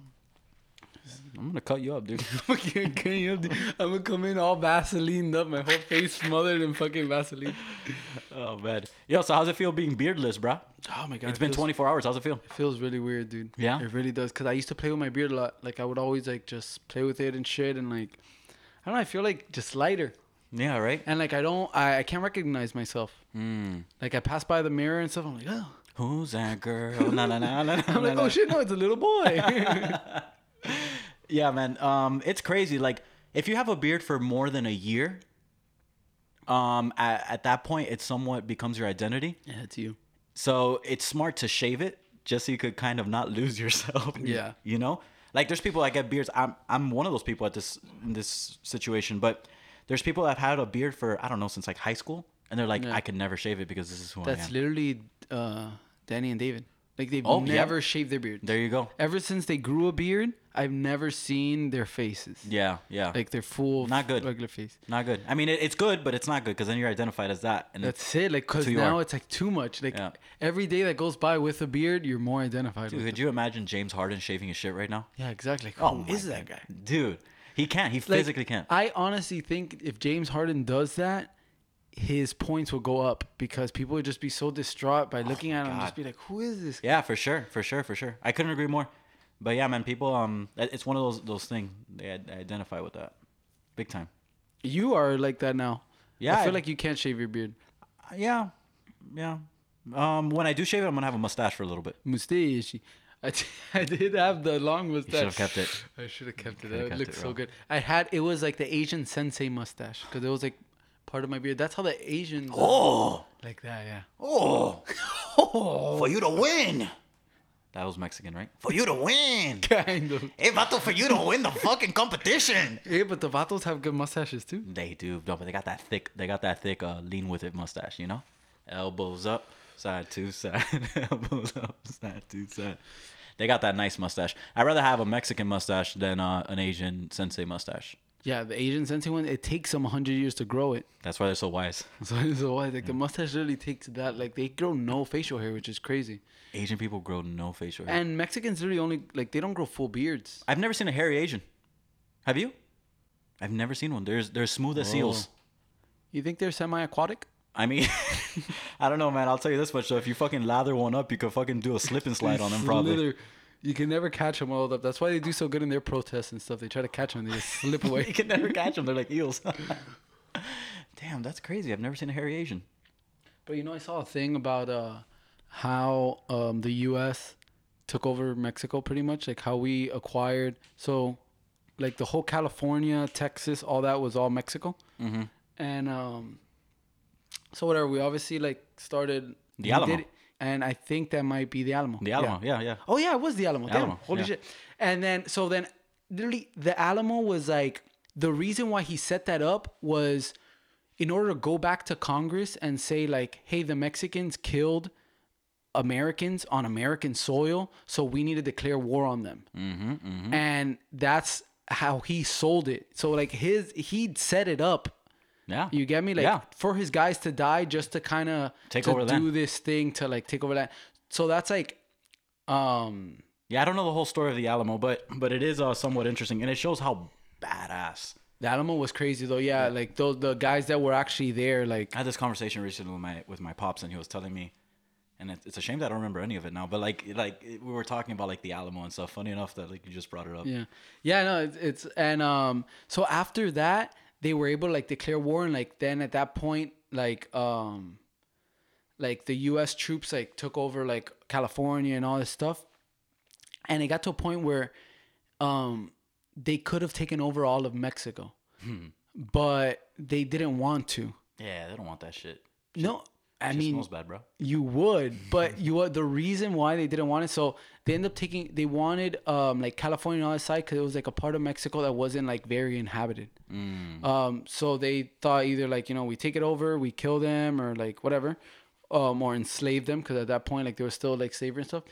I'm gonna cut you up, dude.
fucking clean up, dude. I'm gonna come in all Vaseline up, my whole face smothered in fucking Vaseline.
oh man. Yo, so how's it feel being beardless, bro?
Oh my god,
It's been 24 hours. How's it feel?
It feels really weird, dude.
Yeah?
it really does. Cause I used to play with my beard a lot. Like I would always like just play with it and shit, and like I don't know. I feel like just lighter,
Yeah, right.
and like I don't, I, I can't recognize myself.
Hmm.
Like I pass by the mirror and stuff. I'm like, oh,
Who's that girl? Na na na na.
I'm like, oh shit, no, it's a little boy.
Yeah, man. Um, it's crazy. Like, if you have a beard for more than a year, um, at, at that point, it somewhat becomes your identity.
yeah, it's you.
So it's smart to shave it just so you could kind of not lose yourself.
Yeah.
You know? Like there's people that get beards. I'm I'm one of those people at this in this situation, but there's people that have had a beard for I don't know since like high school and they're like,
Yeah.
I can never shave it because this is who I
That's
am.
literally uh, Danny and David. Like they've
Oh, yeah.
never shaved their beard.
there you go.
Ever since they grew a beard, I've never seen their faces.
Yeah, yeah.
Like their full
Not good.
regular face.
not good. I mean it, it's good, but it's not good because then you're identified as that. And
That's it. Like, cause
who you
now
are.
it's like too much. Like
Yeah. every
every day that goes by with a beard, you're more identified.
dude, could you imagine James Harden shaving his shit right now?
yeah, exactly.
Oh,
Oh,
my
is that guy?
Dude. He can't. He physically can't.
I honestly think if James Harden does that, his points will go up because people would just be so distraught by looking at him, and
Oh, God.
just be like, "Who is this?"
Yeah, for sure, for sure, for sure. I couldn't agree more. But yeah, man, people, um, it- it's one of those those things they ad- identify with that, big time.
You are like that now.
Yeah,
I feel
I-
like you can't shave your beard.
Uh, Yeah, yeah. Um, when I do shave it, I'm gonna have a mustache for a little bit.
Mustache. I t- I did have the long mustache.
should've kept it.
I should have kept it.
Coulda
It
kept
looked
it,
so
bro.
good. I had it was like the Asian sensei mustache because it was like part of my beard. That's how the Asians
Oh,
like that. Yeah.
oh, for you to win. That was Mexican, right? For you to win.
Kind of.
Hey, Vato, for you to win the fucking competition.
Hey, but the Vatos have good mustaches too.
They do, no, but they got that thick. They got that thick, uh, lean with it mustache. You know, elbows up, side to side, elbows up, side to side. They got that nice mustache. I'd rather have a Mexican mustache than uh, an Asian sensei mustache.
Yeah, the Asian sensei one. It takes them hundred years to grow it.
That's why they're so wise.
So, so why like the mustache really takes that. Like they grow no facial hair, which is crazy.
Asian people grow no facial hair.
And Mexicans really only like they don't grow full beards.
I've never seen a hairy Asian. Have you? I've never seen one. There's they're smooth as seals.
You think they're semi-aquatic?
I mean, I don't know, man. I'll tell you this much though: if you fucking lather one up, you could fucking do a slip and slide on them, probably.
Slither. You can never catch them all up. That's why they do so good in their protests and stuff. They try to catch them, they just slip
you
away.
can never catch them. They're like eels. Damn, that's crazy. I've never seen a hairy Asian.
But you know, I saw a thing about uh, how um, the U.S. took over Mexico pretty much, like how we acquired. So, like the whole California, Texas, all that was all Mexico.
Mm-hmm.
And um, so whatever, we obviously like started
The
we
Alamo.
did- and I think that might be the Alamo.
The Alamo, yeah, yeah.
Oh yeah, it was the Alamo. Damn,
Alamo,
holy
yeah.
shit! And then so then, literally, the Alamo was like the reason why he set that up was in order to go back to Congress and say like, hey, the Mexicans killed Americans on American soil, so we need to declare war on them.
Mm-hmm,
And that's how he sold it. So like his he set it up.
Yeah.
You get me? Like
Yeah.
for his guys to die just to kind of
Take
to
over
do
land.
this thing to like take over land. So that's like um
Yeah, I don't know the whole story of the Alamo, but but it is uh, somewhat interesting, and it shows how badass.
The Alamo was crazy though. Yeah, like those the guys that were actually there, like
I had this conversation recently with my with my pops, and he was telling me, and it, it's a shame that I don't remember any of it now. But like like we were talking about like the Alamo and stuff. Funny enough that like you just brought it up.
yeah, yeah. No, it's, it's and um. So after that, they were able to like declare war, and like then at that point, like um, like the U.S. troops like took over like California and all this stuff, and it got to a point where, um, they could have taken over all of Mexico, but they didn't want to.
Yeah, they don't want that shit.
No, I
It
mean
smells bad, bro.
You would, but you would, the reason why they didn't want it. So they end up taking. They wanted um like California on the side because it was like a part of Mexico that wasn't like very inhabited.
Mm.
Um, so they thought either like you know we take it over, we kill them, or like whatever, um, or enslave them because at that point like they were still like slavery and stuff,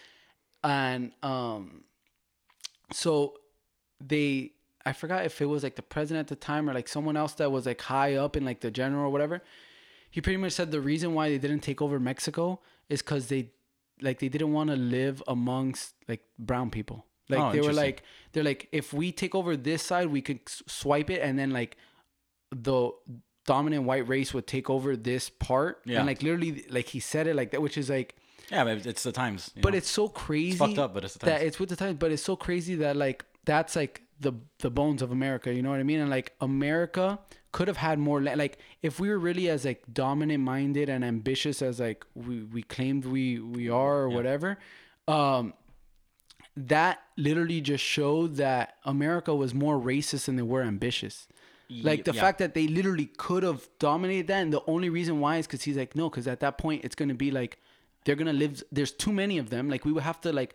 and um, so they I forgot if it was like the president at the time or like someone else that was like high up in like the general or whatever he pretty much said the reason why they didn't take over Mexico is because they like they didn't want to live amongst like brown people. Like
Oh,
they were
interesting.
like they're like if we take over this side, we could s- swipe it, and then like the dominant white race would take over this part.
Yeah.
And like literally, like he said it like that, which is like,
Yeah, but it's the times. you
but
know?
it's so crazy.
fucked up, but it's the
that
times.
it's with the times, but it's so crazy that like that's like the the bones of America. You know what I mean? And like America could have had more la- like if we were really as like dominant minded and ambitious as like we we claimed we we are or whatever. Um, that literally just showed that America was more racist than they were ambitious. Like the
yeah.
fact that they literally could have dominated that, and the only reason why is because he's like, no, because at that point it's gonna be like they're gonna live. There's too many of them. Like we would have to like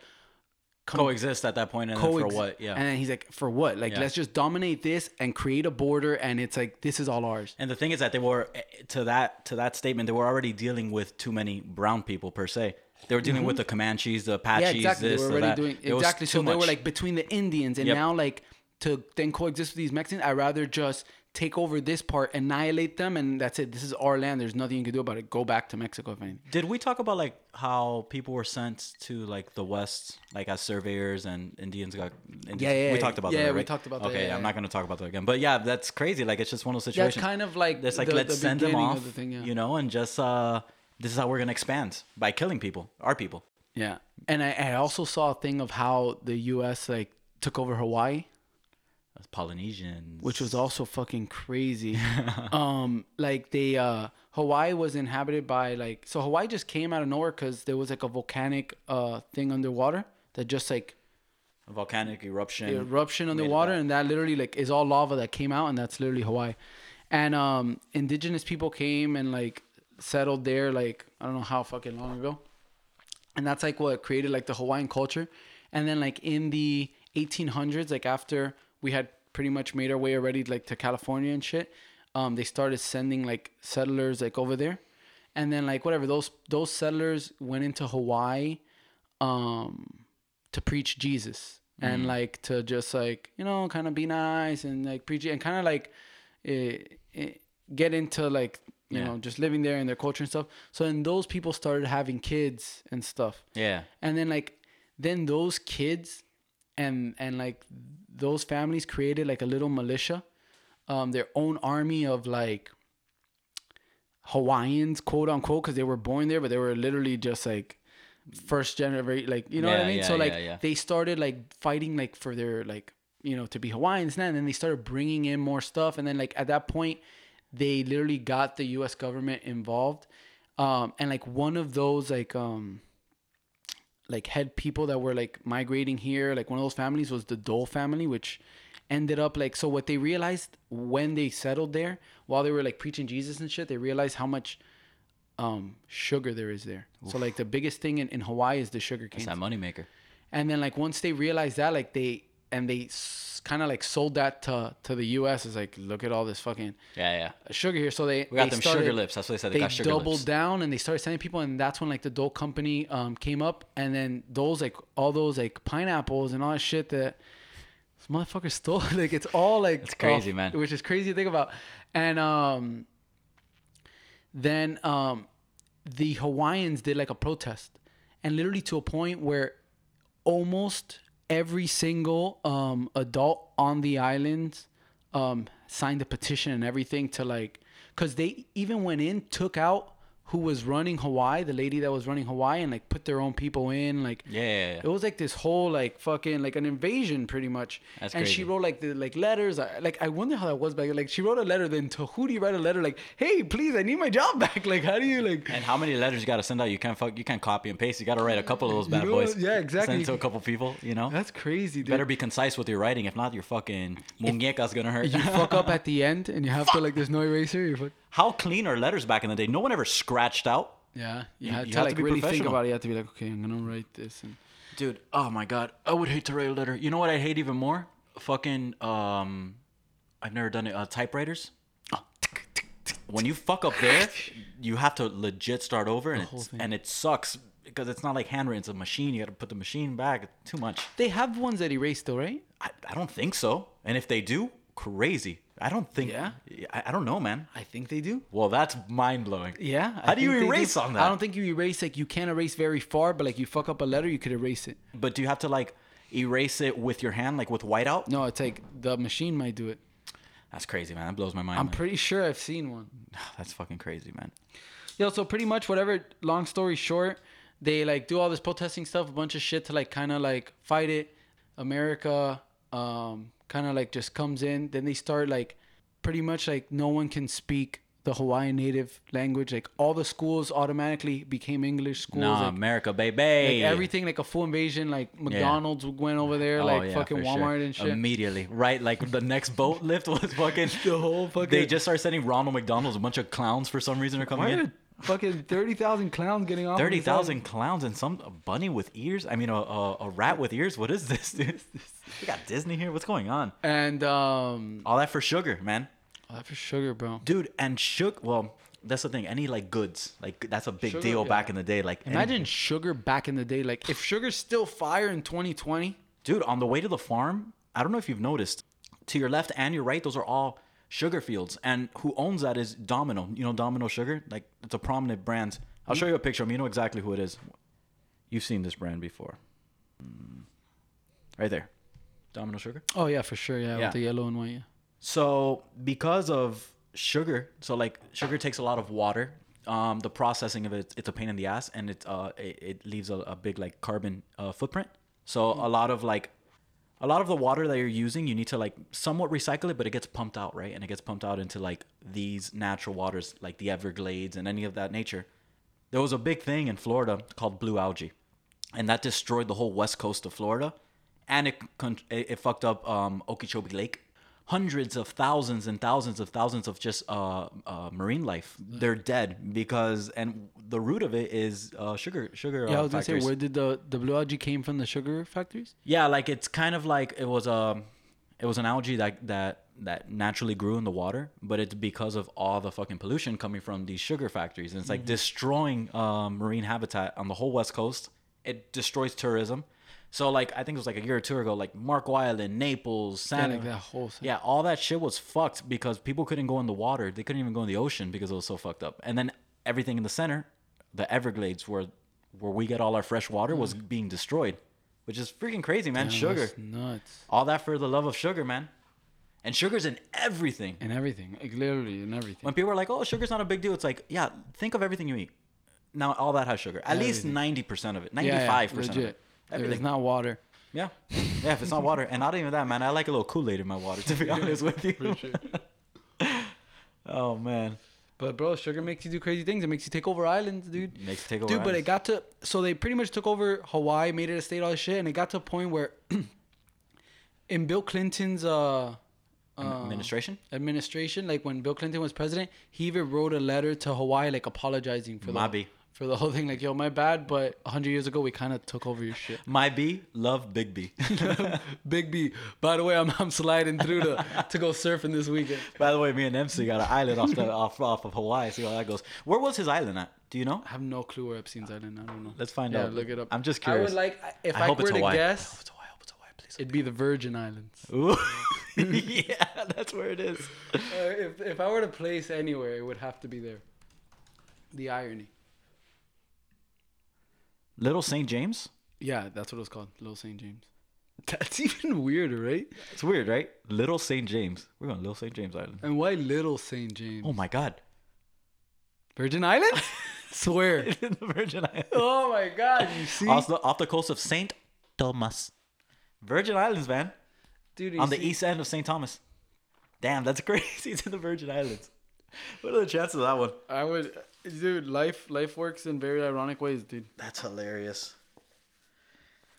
coexist at that point, and then for
coex-
what? Yeah.
And then he's like, for what? Like
Yeah.
let's just dominate this and create a border, and it's like this is all ours.
And the thing is that they were eh, to that to that statement, they were already dealing with too many brown people per se. They were dealing with the Comanches, the Apaches,
Mm-hmm. yeah, exactly.
this,
they were
the
already
Ah, that.
doing
It was
exactly. So
too
they were
much.
like between the Indians, and
Yep.
now like to then coexist with these Mexicans. I'd rather just take over this part, annihilate them, and that's it. This is our land. There's nothing you can do about it. Go back to Mexico if anything.
Did we talk about like how people were sent to like the West, like as surveyors and Indians got? Indians,
Yeah, yeah,
we talked about
yeah,
that.
we
right?
talked about that,
Okay,
yeah,
I'm
yeah.
not gonna talk about that again. But yeah, that's crazy. Like it's just one of those
That's
situations.
kind of like
It's like
the-
let's
the
send them
beginning
off,
of the thing, yeah.
you know, and just uh, this is how we're gonna expand by killing people, our people.
Yeah, and I, I also saw a thing of how the U.S. like took over Hawaii.
That's Polynesians,
which was also fucking crazy. um, like they uh, Hawaii was inhabited by like so Hawaii just came out of nowhere because there was like a volcanic uh thing underwater that just like
a volcanic eruption.
eruption
made it
underwater
back.
and that literally like is all lava that came out and that's literally Hawaii. And um, indigenous people came and like settled there like I don't know how fucking long ago and that's like what created like the Hawaiian culture. And then like in the 1800s, like after we had pretty much made our way already like to California and shit, um, they started sending like settlers like over there, and then like whatever those those settlers went into Hawaii, um, to preach Jesus and like to just like you know kind of be nice and like preach and kind of like eh, eh, get into like you
Yeah.
know just living there and their culture and stuff. So then those people started having kids and stuff.
yeah.
And then like then those kids and and like those families created like a little militia, um, their own army of like Hawaiians, quote unquote, because they were born there, but they were literally just like first generation, like you know what I
Yeah,
mean.
yeah,
so like
yeah, yeah.
they started like fighting like for their like you know to be Hawaiians now, and then they started bringing in more stuff, and then like at that point they literally got the U.S. government involved, um, and like one of those like um like head people that were like migrating here like one of those families was the dole family which ended up like so what they realized when they settled there while they were like preaching jesus and shit they realized how much um sugar there is there so like the biggest thing in, in hawaii is the sugar cane
It's that moneymaker.
and then like once they realized that like they and they s- kind of like sold that to to the us is like look at all this fucking
Yeah, yeah.
sugar here so they
We got
they
them
started-
sugar lips. That's what they said. They,
they
got sugar
doubled
lips.
down and they started sending people and that's when like the Dole company um, came up and then those like all those like pineapples and all that shit that this motherfucker stole like it's all like uh,
It's crazy, man.
which is crazy to think about and um then um the Hawaiians did like a protest and literally to a point where almost every single um, adult on the island um, signed a petition and everything to like, because they even went in, took out who was running Hawaii, the lady that was running Hawaii, and like put their own people in. Like,
Yeah, yeah, yeah.
it was like this whole like fucking like an invasion pretty much.
That's
and
crazy.
she wrote like the like letters. I, like I wonder how that was back. Like she wrote a letter. Then to who do you write a letter? Like, hey, please, I need my job back. Like, how do you like?
And how many letters you gotta send out? You can't fuck. You can't copy and paste. You gotta write a couple of those bad
know
boys.
what? Yeah, exactly.
Send to a couple people. You know,
That's crazy, dude.
better be concise with your writing. If not, your fucking muñeca's gonna hurt.
you fuck up at the end and you have to like there's no eraser. You fuck.
how clean are letters back in the day? No one ever scratched out.
Yeah, you,
You-
had
you
to
have to
like
be
really think
professional.
about it. You had to be like, okay, I'm gonna write this. And
Dude, oh my god, I would hate to write a letter. You know what I hate even more? Fucking um, I've never done it. Uh, typewriters.
Oh,
When you fuck up there, you have to legit start over, and it's, and it sucks because it's not like handwritten. It's a machine. You got to put the machine back. Too much.
they have ones that erase though, right?
I, I don't think so. And if they do, crazy. I don't think.
Yeah?
I, I don't know, man.
I think they do.
Well, that's mind blowing.
Yeah. I
How do you
think they
erase on that?
I don't think you erase like you can't erase very far, but like you fuck up a letter, you could erase it.
But do you have to like erase it with your hand, like with whiteout?
No, it's like the machine might do it.
That's crazy, man. That blows my mind.
I'm
man.
pretty sure I've seen one.
that's fucking crazy, man.
Yo, so pretty much whatever. Long story short, they like do all this protesting stuff, a bunch of shit to like kind of like fight it. America, um, kind of like just comes in. Then they start like, pretty much like no one can speak the Hawaiian native language. Like all the schools automatically became English schools.
Nah,
like,
America, baby.
like everything like a full invasion. Like McDonald's went over there,
Oh,
like
yeah,
fucking
for sure.
Walmart and shit.
Immediately, right? Like the next boat lift was fucking.
The whole fucking-
They just start sending Ronald McDonald's a bunch of clowns for some reason are coming
Why
in.
are fucking thirty thousand clowns getting off? on
Thirty
this island?
thousand clowns and some a bunny with ears. I mean, a, a, a rat with ears. What is this? dude? we got Disney here. What's going on?
And um,
All that for sugar, man.
oh, that for sugar, bro.
Dude, and sugar. Well, that's the thing. Any like goods, like that's a big
Sugar,
deal
yeah.
back in the day. Like any-
Imagine sugar back in the day. Like if sugar's still fire in 2020,
dude, on the way to the farm. I don't know if you've noticed. To your left and your right, those are all sugar fields. And who owns that is Domino. You know Domino Sugar. Like it's a prominent brand. I'll show you a picture. of 'em. You know exactly who it is. You've seen this brand before. Mm. Right there, Domino Sugar.
oh yeah, for sure, yeah,
Yeah.
with the yellow and white. Yeah.
So because of sugar, so like sugar takes a lot of water. Um, the processing of it, it's a pain in the ass, and it uh, it, it leaves a, a big like carbon uh, footprint. So a lot of like, a lot of the water that you're using, you need to like somewhat recycle it, but it gets pumped out, right? And it gets pumped out into like these natural waters, like the Everglades and any of that nature. There was a big thing in Florida called blue algae and that destroyed the whole west coast of Florida, and it con- it, it fucked up um, Okeechobee Lake. Hundreds of thousands and thousands of thousands of just uh, uh, marine life. They're dead because, and the root of it is uh, sugar sugar
Yeah, I
uh,
was gonna
factories.
say where did the the blue algae came from? The sugar factories.
Yeah, like it's kind of like it was um it was an algae that that that naturally grew in the water, but it's because of all the fucking pollution coming from these sugar factories, and it's
Mm-hmm.
like destroying uh, marine habitat on the whole west coast. It destroys tourism. So like I think it was like a year or two ago, like Marco Island, Naples,
Yeah,
San
like that whole. Thing.
yeah, all that shit was fucked because people couldn't go in the water. They couldn't even go in the ocean because it was so fucked up. And then everything in the center, the Everglades, where where we get all our fresh water, was being destroyed, which is freaking crazy, man. sugar,
Hmm. That's nuts,
all that for the love of sugar, man. And sugar's in everything.
and everything, like literally, and everything.
When people are like, "Oh, sugar's not a big deal," it's like, yeah, think of everything you eat. Now all that has sugar. At least ninety percent of it,
Yeah, yeah,
ninety-five percent of
legit.
it.
If it's
Everything.
not water.
Yeah, yeah. If it's not water, and not even that, man. I like a little Kool Aid in my water. To be honest with you. oh man.
But bro, sugar makes you do crazy things. It makes you take over islands, dude.
Makes you take over
Dude, but it
islands.
got to so they pretty much took over Hawaii, made it a state, all this shit, and it got to a point where, in Bill Clinton's uh, uh,
administration?
administration, like when Bill Clinton was president, he even wrote a letter to Hawaii, like apologizing for
My
the
B.
for the whole thing. Like, yo, my bad, but 100 years ago we kind of took over your shit.
My B, love Big B.
Big B. By the way, I'm, I'm sliding through to to go surfing this weekend.
By the way, me and MC got an island off the off, off of Hawaii. See how that goes. Where was his island at? Do you know?
I have no clue where Epstein's Island. I don't know.
Let's find
yeah,
out.
Look it up.
I'm just
I
curious.
would like if
I
I,
hope
were
it's
to
Hawaii. I hope
guess,
it's Hawaii. I hope it's Hawaii. Please.
it'd be the Virgin Islands.
Ooh. yeah, that's where it is.
Uh, if if I were to place anywhere, it would have to be there. The irony.
Little St. James?
Yeah, that's what it was called, Little St. James. That's even weirder, right?
It's weird, right? Little St. James. We're going to Little St. James Island.
And why Little St. James?
Oh my God.
Virgin Islands? Swear.
the Virgin Islands.
oh my God, you see?
Also, off the coast of St. Thomas. Virgin Islands, man.
Dude,
On the east end of St. Thomas. Damn, that's crazy. It's in the Virgin Islands. What are the chances of that one?
I would, dude. Life, life works in very ironic ways, dude.
That's hilarious.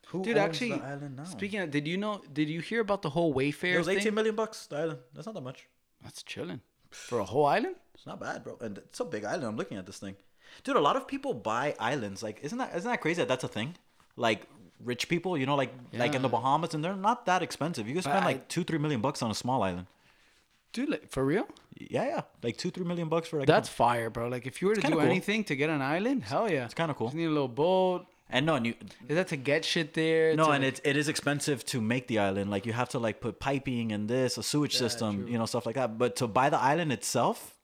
Who
Dude, actually, speaking of, did you know? Did you hear about the whole Wayfair
it was
thing?
18 million bucks, the island. That's not that much.
That's chilling for a whole island.
It's not bad, bro. And it's a big island. I'm looking at this thing, dude. A lot of people buy islands. Like, isn't that isn't that crazy that that's a thing? Like rich people, you know, like like in the
Yeah.
Bahamas, and they're not that expensive. You can spend
I-
like two three million bucks on a small island.
Dude, like, for real?
Yeah, yeah, like two three million bucks for like.
That's fire, bro. Like, if you were to do
kinda cool.
anything to get an island, hell yeah, it's
kinda cool.
Just need a little boat.
and no, and you
Is that to get shit there?
no,
to-
and it it is expensive to make the island. Like you have to like put piping and this a sewage system, you know, stuff like that. But to buy the island itself,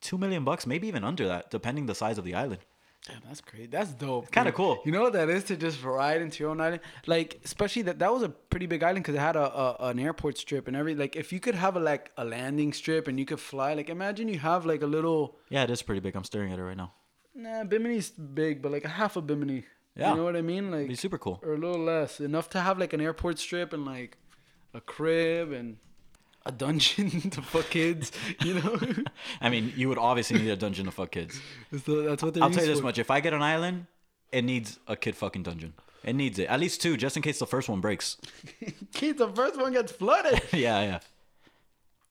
two million bucks, maybe even under that, depending the size of the island.
Damn, that's crazy. That's dope.
Kinda
dude.
cool.
You know what that is to just ride into your own island, like especially that that was a pretty big island because it had a, a an airport strip and everything. Like, if you could have a like a landing strip and you could fly, like imagine you have like a little.
Yeah, it is pretty big. I'm staring at it right now.
Nah, Bimini's big, but like a half a Bimini.
Yeah.
You know what I mean? Like
It'd be super cool.
or a little less. Enough to have like an airport strip and like a crib and a dungeon to fuck kids, you know?
I mean, you would obviously need a dungeon to fuck kids.
so that's what they're
I'll tell you
used
this
for.
much: if I get an island, it needs a kid fucking dungeon. It needs it at least two, just in case the first one breaks.
Kids, the first one gets flooded.
yeah, yeah.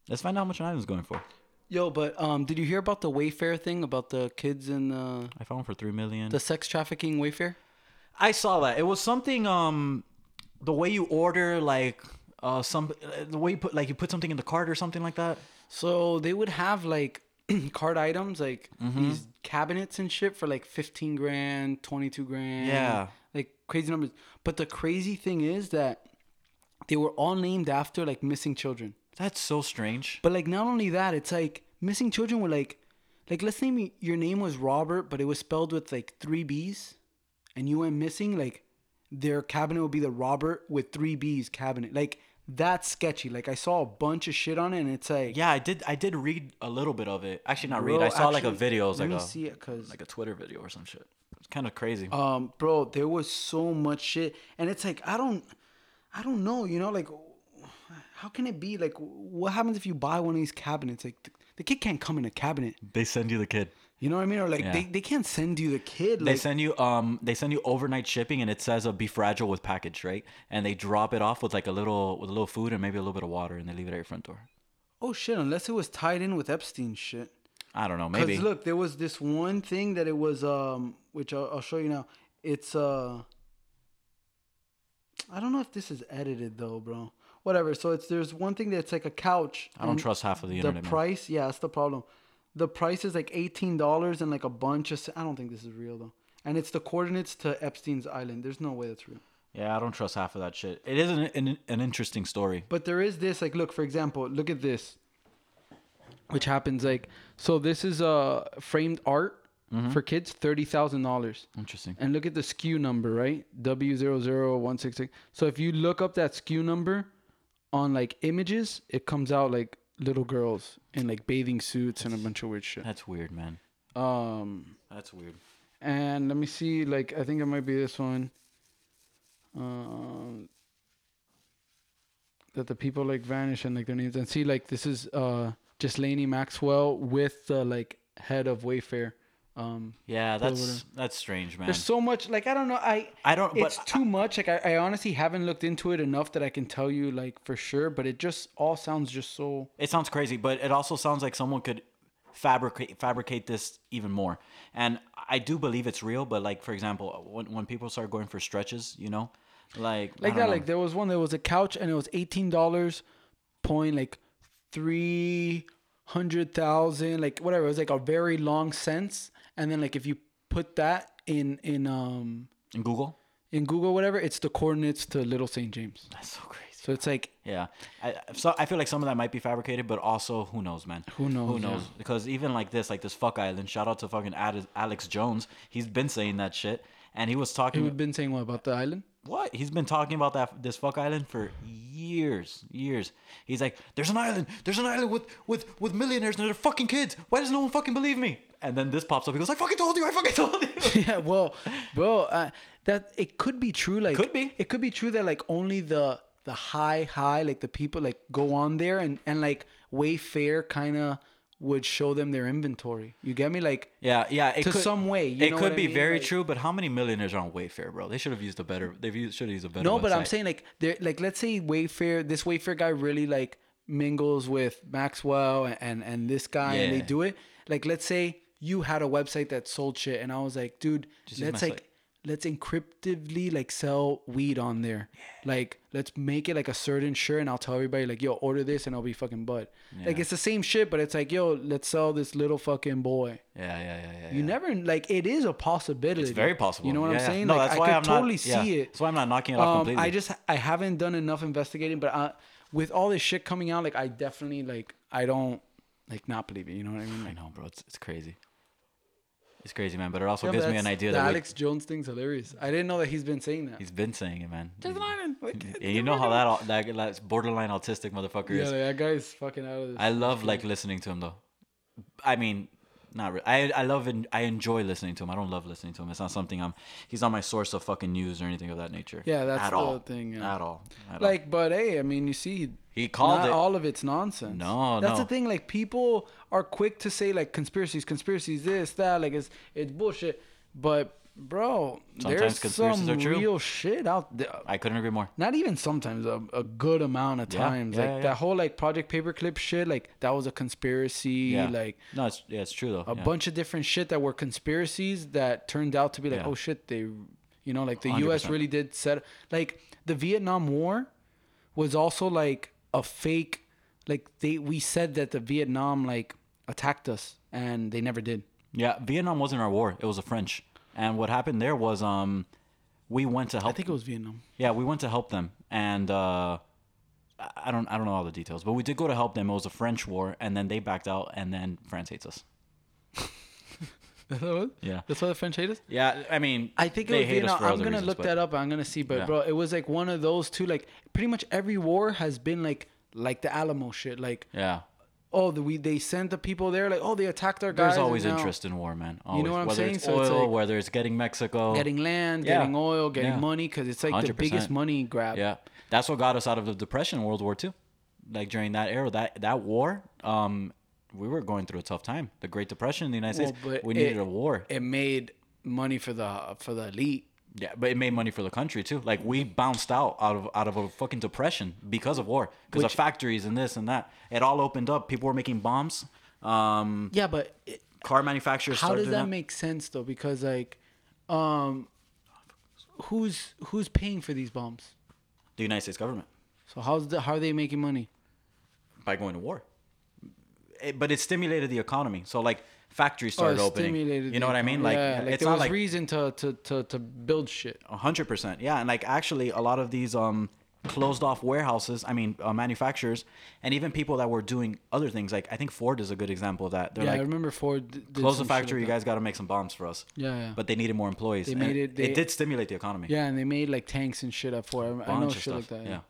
Let's find out how much an island's going for.
Yo, but um did you hear about the Wayfair thing about the kids and uh,
I found one for three million.
the sex trafficking Wayfair?
I saw that. It was something. Um, the way you order, like, uh, some uh, the way you put, like, you put something in the cart or something like that.
So they would have like card items, like these cabinets and shit for like 15 grand, 22 grand.
Yeah.
Like crazy numbers. But the crazy thing is that they were all named after like missing children.
That's so strange.
But like not only that, it's like missing children were like, like let's name y- your name was Robert, but it was spelled with like three B's and you went missing. Like their cabinet would be the Robert with three B's cabinet. Like that's sketchy. Like I saw a bunch of shit on it and it's like,
Yeah, I did. I did read a little bit of it. Actually, not read.
Bro,
I saw like a
actually,
video. It Uh, was
let
like a
me see it, cause
like a Twitter video or some shit. It's kind of crazy.
um, bro, there was so much shit, and it's like I don't, I don't know, you know, like how can it be? Like, what happens if you buy one of these cabinets? Like, the, the kid can't come in a cabinet,
they send you the kid.
you know what I mean? Or like
Yeah.
they, they can't send you the kid.
They
Like,
send you um they send you overnight shipping and it says a be fragile with package, right? And they drop it off with like a little with a little food and maybe a little bit of water and they leave it at your front door.
oh shit, unless it was tied in with Epstein shit.
I don't know,
Cause
maybe.
look, there was this one thing that it was um, which I'll, I'll show you now. It's uh, I don't know if this is edited though, bro. Whatever. So it's there's one thing that's like a couch.
I don't
and-
trust half of the
the
internet. man.
price yeah that's the problem the price is like $18 and like a bunch of s- i don't think this is real though and it's the coordinates to epstein's island there's no way that's real
yeah, I don't trust half of that shit. It is an an, an interesting story.
but there is this like look for example look at this which happens like so this is uh framed art for kids $30000
Interesting.
and look at the SKU number, right? W00166. So if you look up that SKU number on like images, it comes out like little girls in like bathing suits and a bunch of weird shit.
That's weird, man.
Um
That's weird.
and let me see like I think it might be this one. Um that the people like vanish and like their names and see like this is uh Ghislaine Maxwell with the like head of Wayfair. Um
Yeah, that's
whatever.
that's strange, man.
there's so much like I don't know I
I don't but
it's too much. Like I, I honestly haven't looked into it enough that I can tell you like for sure, but it just all sounds just so
It sounds crazy, but it also sounds like someone could fabricate fabricate this even more. And I do believe it's real, but like for example, when when people start going for stretches, you know, like I
like
don't
that.
know.
Like there was one there was a couch and it was eighteen dollars point like three hundred thousand, like whatever. It was like a very long sense. And then like if you put that in in um
in Google.
in Google whatever, it's the coordinates to Little St. James.
That's so crazy.
So it's like
Yeah, I, so I feel like some of that might be fabricated, but also who knows, man?
Who knows,
Who knows?
yeah.
Because even like this, like this fuck island. Shout out to fucking Ad- Alex Jones. He's been saying that shit, and he was
He
talking.
have been saying what about the island?
what he's been talking about that this fuck island for years, years. He's like, "There's an island. There's an island with with with millionaires and they're fucking kids. Why does no one fucking believe me?" And then this pops up. He goes, "I fucking told you. I fucking told you."
yeah, well, bro, uh, that it could be true. Like,
Could be.
It could be true that like only the the high high like the people like go on there and and like Wayfair kind of would show them their inventory. You get me? Like,
yeah, yeah. It
To
could,
some way, you
it
know what
could
I
be
mean?
very
Like-
true. But how many millionaires are on Wayfair, bro? They should have used a better. They should have used a better.
No, but I'm
website.
saying like there like let's say Wayfair this Wayfair guy really like mingles with Maxwell and and, and this guy and they
Yeah.
do it. Like let's say you had a website that sold shit and I was like, dude,
use
let's
my
like let's encryptively like sell weed on there. Like let's make it like a certain shirt and I'll tell everybody like, yo, order this and I'll be fucking bud. Like it's the same shit, but it's like, yo, let's sell this little fucking boy.
Yeah, yeah, yeah, yeah.
You never like it is a possibility.
It's very possible.
You know what
Yeah,
I'm
yeah.
saying?
No,
like
that's
I
why
could
I'm not-
totally
yeah.
see it.
That's why I'm not knocking it off completely.
Um, I just I haven't done enough investigating, but I, with all this shit coming out, like I definitely like I don't like not believe it. You know what I mean?
I
Like,
know, bro. It's, it's crazy. It's crazy, man. But it also
yeah,
gives me
that's-
an idea
The
that we-
Alex Jones thing's hilarious. I didn't know that he's been saying that.
he's been saying it, man.
There's an island. Like,
And you know how that, all, that that borderline autistic motherfucker
yeah,
is.
like, that guy's fucking out of this.
I love like listening to him though. I mean, not re I I love and I enjoy listening to him. I don't love listening to him. It's not something I'm. He's not my source of fucking news or anything of that nature.
Yeah, that's
at
the
all.
thing, yeah.
At all. At all.
like, but hey, I mean, you see,
He called
not
it-
all of it's nonsense.
No,
that's
no.
the thing. Like, people are quick to say like conspiracies, conspiracies, this, that. Like, it's it's bullshit. But bro,
Sometimes
there's
conspiracies
some
are true.
real shit out there.
I couldn't agree more.
not even sometimes a, a good amount of
Yeah,
times
yeah,
like
yeah.
that whole like project paperclip shit like that was a conspiracy
Yeah.
like
no, it's yeah, it's true though.
a bunch of different shit that were conspiracies that turned out to be like
Yeah.
oh shit they you know like the US
100%.
really did set like the Vietnam War was also like a fake like they we said that the Vietnam like attacked us and they never did
Yeah, Vietnam wasn't our war. It was the French. And what happened there was um, we went to help.
I think it was Vietnam
Yeah, we went to help them, and uh, I- I don't I don't know all the details, but we did go to help them. It was a French war, and then they backed out, and then France hates us. Yeah.
that's why the French hate us
Yeah, I mean,
I think it
they
was
hate
Vietnam.
us for
I'm
other
gonna
reasons,
look
but-
that up. I'm gonna see. But
Yeah.
bro, it was like one of those two. Like pretty much every war has been like like the Alamo shit. Like
Yeah,
oh, the, we they sent the people there. Like oh, they attacked our guys.
there's
and
always
now
interest in war, man.
You
Always.
know what I'm
whether
saying?
It's
So
oil,
it's like-
whether it's getting Mexico,
Getting land,
Yeah.
getting oil, getting
Yeah.
money, because it's like the
100%.
biggest money grab.
Yeah, that's what got us out of the depression, World War II. Like during that era, that that war, um, we were going through a tough time. The Great Depression in the United
Well,
States.
but
We needed
it-
a war.
It made money for the for the elite.
Yeah, but it made money for the country too. Like we bounced out out of out of a fucking depression because of war, because of
Which-
factories and this and that. It all opened up. People were making bombs. Um,
Yeah, but it,
car manufacturers.
how
started
does
doing
that make sense though? Because like, um, who's who's paying for these bombs?
the United States government
So how's the how are they making money?
by going to war? It- but it stimulated the economy. So like factories started
Oh, it
opening.
stimulated
You know what
the
I mean?
economy.
Like
Yeah,
it's
there
not
was
like
reason to, to to to build shit.
hundred percent. Yeah, and like actually, a lot of these um closed off warehouses. I mean, uh, manufacturers, and even people that were doing other things. Like I think Ford is a good example of that. They're
yeah, I
like
remember Ford d-
close
did
the
some shit like
factory. You
that.
guys got to make some bombs for us.
Yeah, yeah.
But they needed more employees. They
made it- they-
it did stimulate the economy.
Yeah, and they made like tanks and shit up for. I, I
Bunch
know
of
shit
stuff.
like that.
Yeah.
Yeah.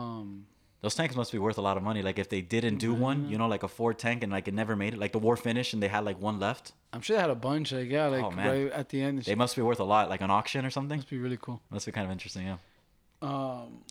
Um.
Those tanks must be worth a lot of money. Like if they didn't do one, you know, like a Ford tank, and like it never made it. Like the war finished, and they had like one left.
I'm sure they had a bunch. Like yeah, like
Oh, man.
right at the end. It
They must be worth a lot, like an auction or something.
must be really cool.
Must be kind of interesting. Yeah.
Um.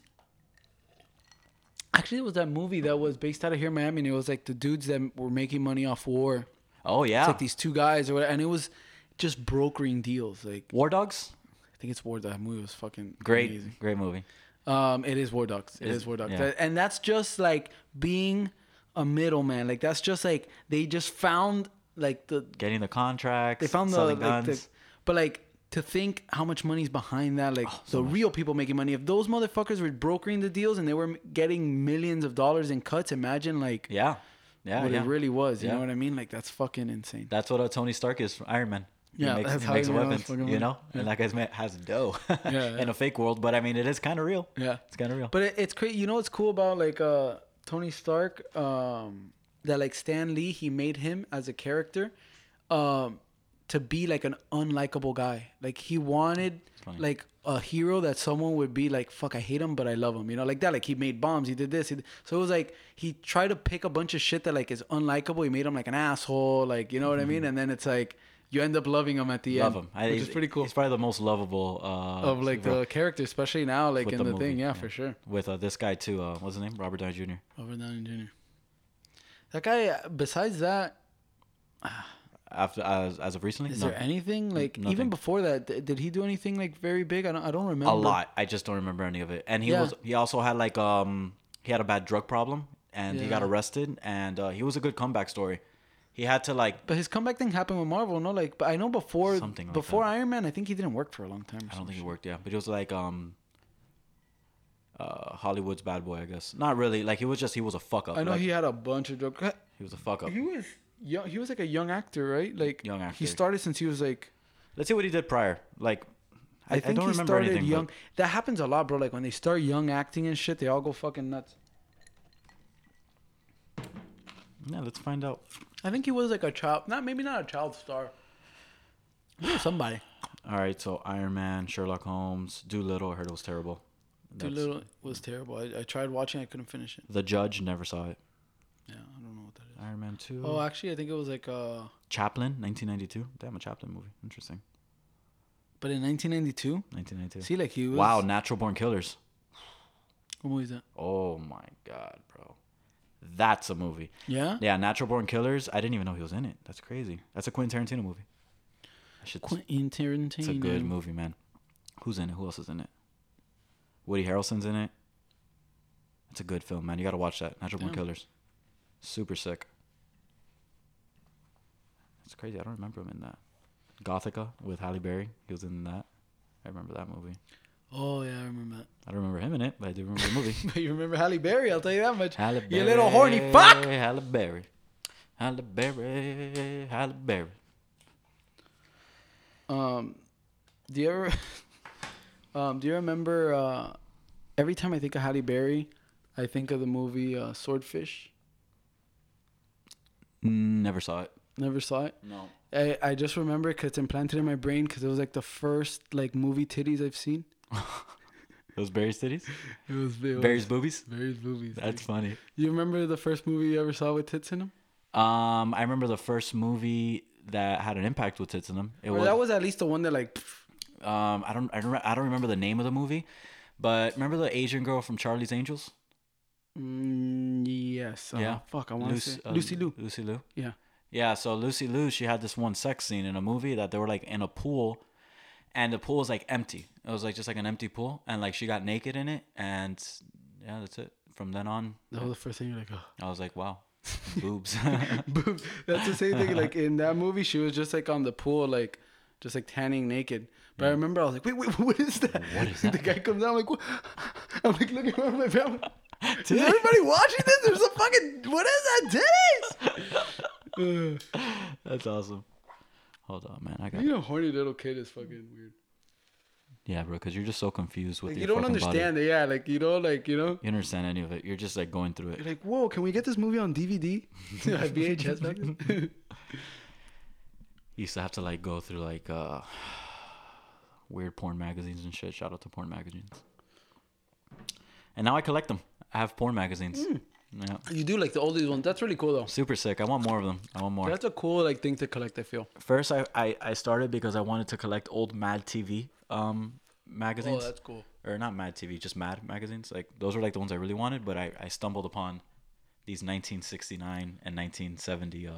Actually, it was that movie that was based out of here, in Miami. And it was like the dudes that were making money off war.
Oh yeah.
It's like these two guys or whatever, and it was just brokering deals. Like
War Dogs.
I think it's War. That movie was fucking
Great,
amazing.
great movie.
Um, it is War Dogs. It
Is-
is, War Dogs,
yeah.
That- and that's just like being a middleman. Like that's just like they just found like the
Getting the contracts.
they found the,
selling
like,
guns.
the but like to think how much money's behind that.
Oh,
Like the real people making money. If those motherfuckers were brokering the deals and they were getting millions of dollars in cuts, imagine like
yeah, yeah,
what
yeah.
it really was. You
Yeah.
know what I mean? Like that's fucking insane.
That's what uh, Tony Stark is from Iron Man.
Yeah,
he makes,
that's
he
how
makes
he made all this
weapons,
fucking
you
money.
know, and that guy's man has dough
yeah.
in a fake world, but I mean, it is kind of real.
Yeah.
it's kind of real.
But it, it's crazy. You know what's cool about like uh Tony Stark? Um, that like Stan Lee, he made him as a character. Um, to be like an unlikable guy. Like he wanted
funny.
like a hero that someone would be like, "Fuck, I hate him, but I love him." You know, like that. Like he made bombs. He did this. He did. So it was like he tried to pick a bunch of shit that like is unlikable. He made him like an asshole. Like you know what I mean? And then it's like you end up loving him at the
Mm-hmm. Love
end,
him. I-
which is pretty cool.
He's probably the most lovable uh,
Of like the character, especially now, like
with
in the, thing,
movie,
yeah, for sure.
With uh, this guy too. Uh, what's his name? Robert Downey Jr.
Robert Downey Jr. That guy. uh, Besides that,
After as, as of recently,
is
no.
there anything like even
nothing.
before that? th- did he do anything like very big? I don't. I don't remember.
a lot. I just don't remember any of it. And he
Yeah.
was he also had like um he had a bad drug problem and he got
Yeah.
arrested and uh, he was a good comeback story. He had to like
But his comeback thing happened with Marvel, no? Like, but I know before
Something like
before
that.
Iron Man, I think he didn't work for a long
I
time. Or
don't
something.
think it worked. Yeah, but it was like um, uh, Hollywood's bad boy, I guess. Not really. Like he was just he Oh. was a fuck up.
I know
Like,
he had a bunch of drugs.
he was a fuck up.
He was young. He was like a young actor, right? Like
Young
He
actor.
started since he was like.
Let's see what he did prior. Like I,
I
I
think
don't
he
remember
started
anything. but-
young. That happens a lot, bro. Like when they start young acting and shit, they all go fucking nuts.
yeah, let's find out.
I think he was like a child, not maybe not a child star. He was somebody.
All right, so Iron Man, Sherlock Holmes, Doolittle. I heard it was terrible. That's-
Doolittle was terrible. I, I tried watching, I couldn't finish it.
The Judge never saw it.
Yeah, I don't know what that is.
Iron Man Two.
Oh, actually, I think it was like uh,
Chaplin, 1992. Damn, a Chaplin movie. Interesting.
but in 1992.
1992.
See, like he was.
wow, Natural Born Killers.
What movie is that?
Oh my God, bro. That's a movie.
Yeah.
Yeah, Natural Born Killers. I didn't even know he was in it. That's crazy. That's a Quentin Tarantino movie. I should,
Quentin um, Tarantino.
it's a good movie, man. Who's in it? Who else is in it? Woody Harrelson's in it. It's a good film, man. You got to watch that. Natural Born
Damn.
Killers. Super sick. It's crazy. I don't remember him in that. Gothica with Halle Berry. He was in that. I remember that movie.
Oh yeah, I remember that.
I don't remember him in it, but I do remember the movie.
But you remember Halle Berry? I'll tell you that much.
Halle
You little horny fuck.
Halle Berry. Halle Berry. Halle Berry.
Um, do you ever? Um, do you remember? Uh, every time I think of Halle Berry, I think of the movie uh, Swordfish.
Never saw it.
Never saw it.
No.
I, I just remember because it's implanted in my brain because it was like the first like movie titties I've seen.
Those Barry's titties?
It was, it was
Barry's boobies?
Barry's movies.
That's funny.
You remember the first movie you ever saw with tits in them?
Um, I remember the first movie that had an impact with tits in them. It
Or
was,
Oh, that was at least the one that like.
um, I don't, I don't, I don't remember the name of the movie, but remember the Asian girl from Charlie's Angels?
Mm, yes. Uh,
Yeah.
Fuck, I want to say
uh,
Lucy Lou.
Lucy Liu.
Yeah.
Yeah, so Lucy Liu, she had this one sex scene in a movie that they were like in a pool and the pool was like empty. It was like just like an empty pool and like she got naked in it and yeah, that's it. From then on,
That was the first thing you're like, oh.
I was like, wow, boobs.
Boobs. That's the same thing. Like in that movie, she was just like on the pool, like just like tanning naked. But I remember I was like, wait, wait, what is that?
What is
the
that?
guy comes out, I'm like, what? I'm like looking around my family. Is everybody watching this? There's a fucking what is that titties? Uh,
that's awesome. Hold on, man. I got
being a horny little kid is fucking weird.
yeah, bro. Because you're just so confused with
Like
your
you don't
fucking
understand
Body.
it, yeah. Like you know, like you know,
You don't understand any of it. You're just like going through
you're
it.
like, whoa, can we get this movie on DVD? Yeah, VHS back then.
You used to have to like go through like uh weird porn magazines and shit. Shout out to porn magazines. And now I collect them. I have porn magazines.
Hmm.
Yeah.
you do like the oldies ones. That's really cool though.
Super sick. I want more of them. I want more.
That's a cool like thing to collect. I feel.
First, I, I, I started because I wanted to collect old Mad TV um
Oh,
magazines.
that's cool.
or not Mad TV, just Mad magazines. Like those were like the ones I really wanted, but I, I stumbled upon these 1969 and 1970 uh,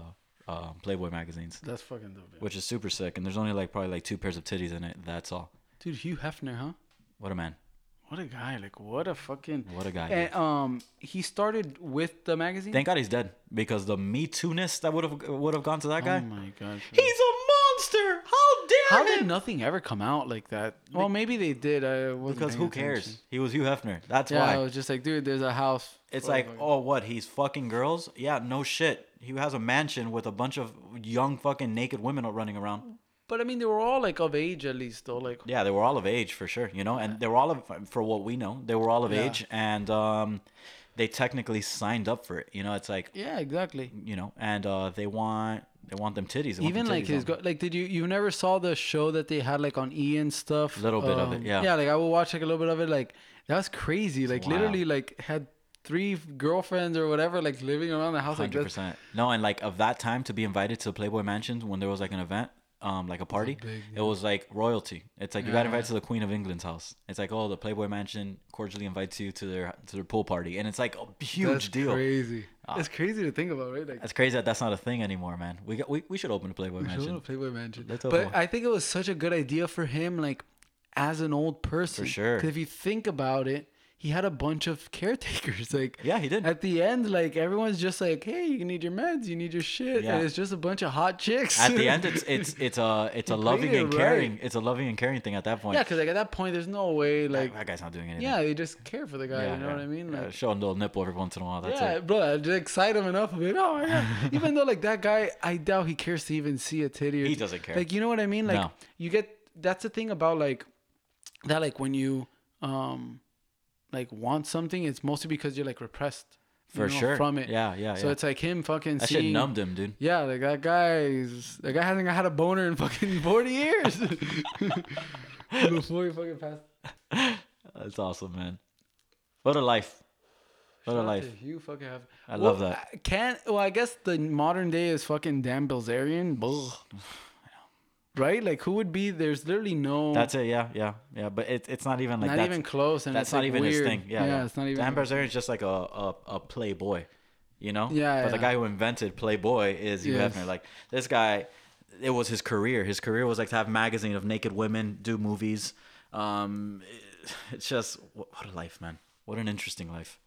uh, Playboy magazines,
That's fucking dope. Yeah.
which is super sick. And there's only like probably like two pairs of titties in it. That's all.
Dude, Hugh Hefner, huh?
What a man.
What a guy! Like, what a fucking.
What a guy.
And, um, he started with the magazine.
Thank God he's dead because the Me Too-ness that would have would have gone to that guy.
oh my gosh!
He's a monster. How dare
How
him?
did nothing ever come out like that? Well, maybe they did. I wasn't
because
paying
who cares?
attention.
He was Hugh Hefner. That's
Yeah,
why.
I was just like, dude, there's a house.
It's
full of
like,
fucking-
oh, what? He's fucking girls? Yeah, no shit. He has a mansion with a bunch of young fucking naked women running around.
But I mean, they were all like of age at least, though. Like,
Yeah, they were all of age for sure, you know, and they were all of, for what we know, they were all of
Yeah.
age, and um, they technically signed up for it. You know, it's like,
yeah, exactly.
you know, and uh, they want They want them titties. They want
Even
them
like
titties
his
on.
go- like did you you never saw the show that they had like on E and stuff? Um,
Little bit of it, yeah.
Yeah, like I would watch like a little bit of it. Like that was crazy. Like literally like had three girlfriends or whatever like living around the house. Like
Hundred
that's
percent. No, and like of that time to be invited to Playboy Mansion when there was like an event, um, like a party, it was like royalty. It's like you got invited to the Queen of England's house. It's like oh, the Playboy Mansion cordially invites you to their to their pool party, and it's like a huge
that's
deal. Ah.
crazy. It's crazy to think about, right? Like
It's crazy that that's not a thing anymore, man. We got we, we should open a Playboy
I
Mansion
want to Playboy Mansion.
Let's
but
open one.
I think it was such a good idea for him, like as an old person.
sure.
'Cause if you think about it, he had a bunch of caretakers. Like
Yeah, he did.
At the end, like everyone's just like, "Hey, you need your meds, you need your shit,"
Yeah.
and it's just a bunch of hot chicks.
At the end, it's it's it's a it's a loving
it
and
right.
caring. It's a loving and caring thing at that point.
yeah, because like at that point, there's no way
like
like
that guy's not doing anything.
yeah, they just care for the guy.
Yeah,
you know
yeah,
what I mean?
yeah,
Like
show a little nipple every once in a while. That's
Yeah,
it.
bro, just excite him enough of it. Oh my god! even though like that guy, I doubt he cares to even see a titty. Or
He
two.
doesn't care.
Like you know what I mean? Like
No.
you get that's the thing about like that. Like when you um like want something, it's mostly because you're like repressed you
For
know,
sure.
from it.
Yeah, yeah,
So
yeah.
it's like him fucking
That shit
seeing.
numbed him, dude.
Yeah, like that guy's that guy hasn't had a boner in fucking forty years. Before he fucking passed.
That's awesome, man. What a life. What a
Shout out
life.
to You fucking have.
I love that.
I Can't. Well, I guess the modern day is fucking Dan Bilzerian. Bull. Right? Like, who would be? There's literally no.
That's it. Yeah, yeah, yeah. But it, it's not even like
not
that's,
even close. And
that's
it's
not
like,
even
weird.
his thing. Yeah, yeah.
it's not even.
Dan Bilzerian is just like a, a a playboy, you know.
Yeah,
But the
yeah.
guy who invented Playboy is Hugh
Yes.
Hefner. Like this guy, it was his career. His career was like to have magazine of naked women, do movies. Um, it- it's just what, what a life, man. What an interesting life.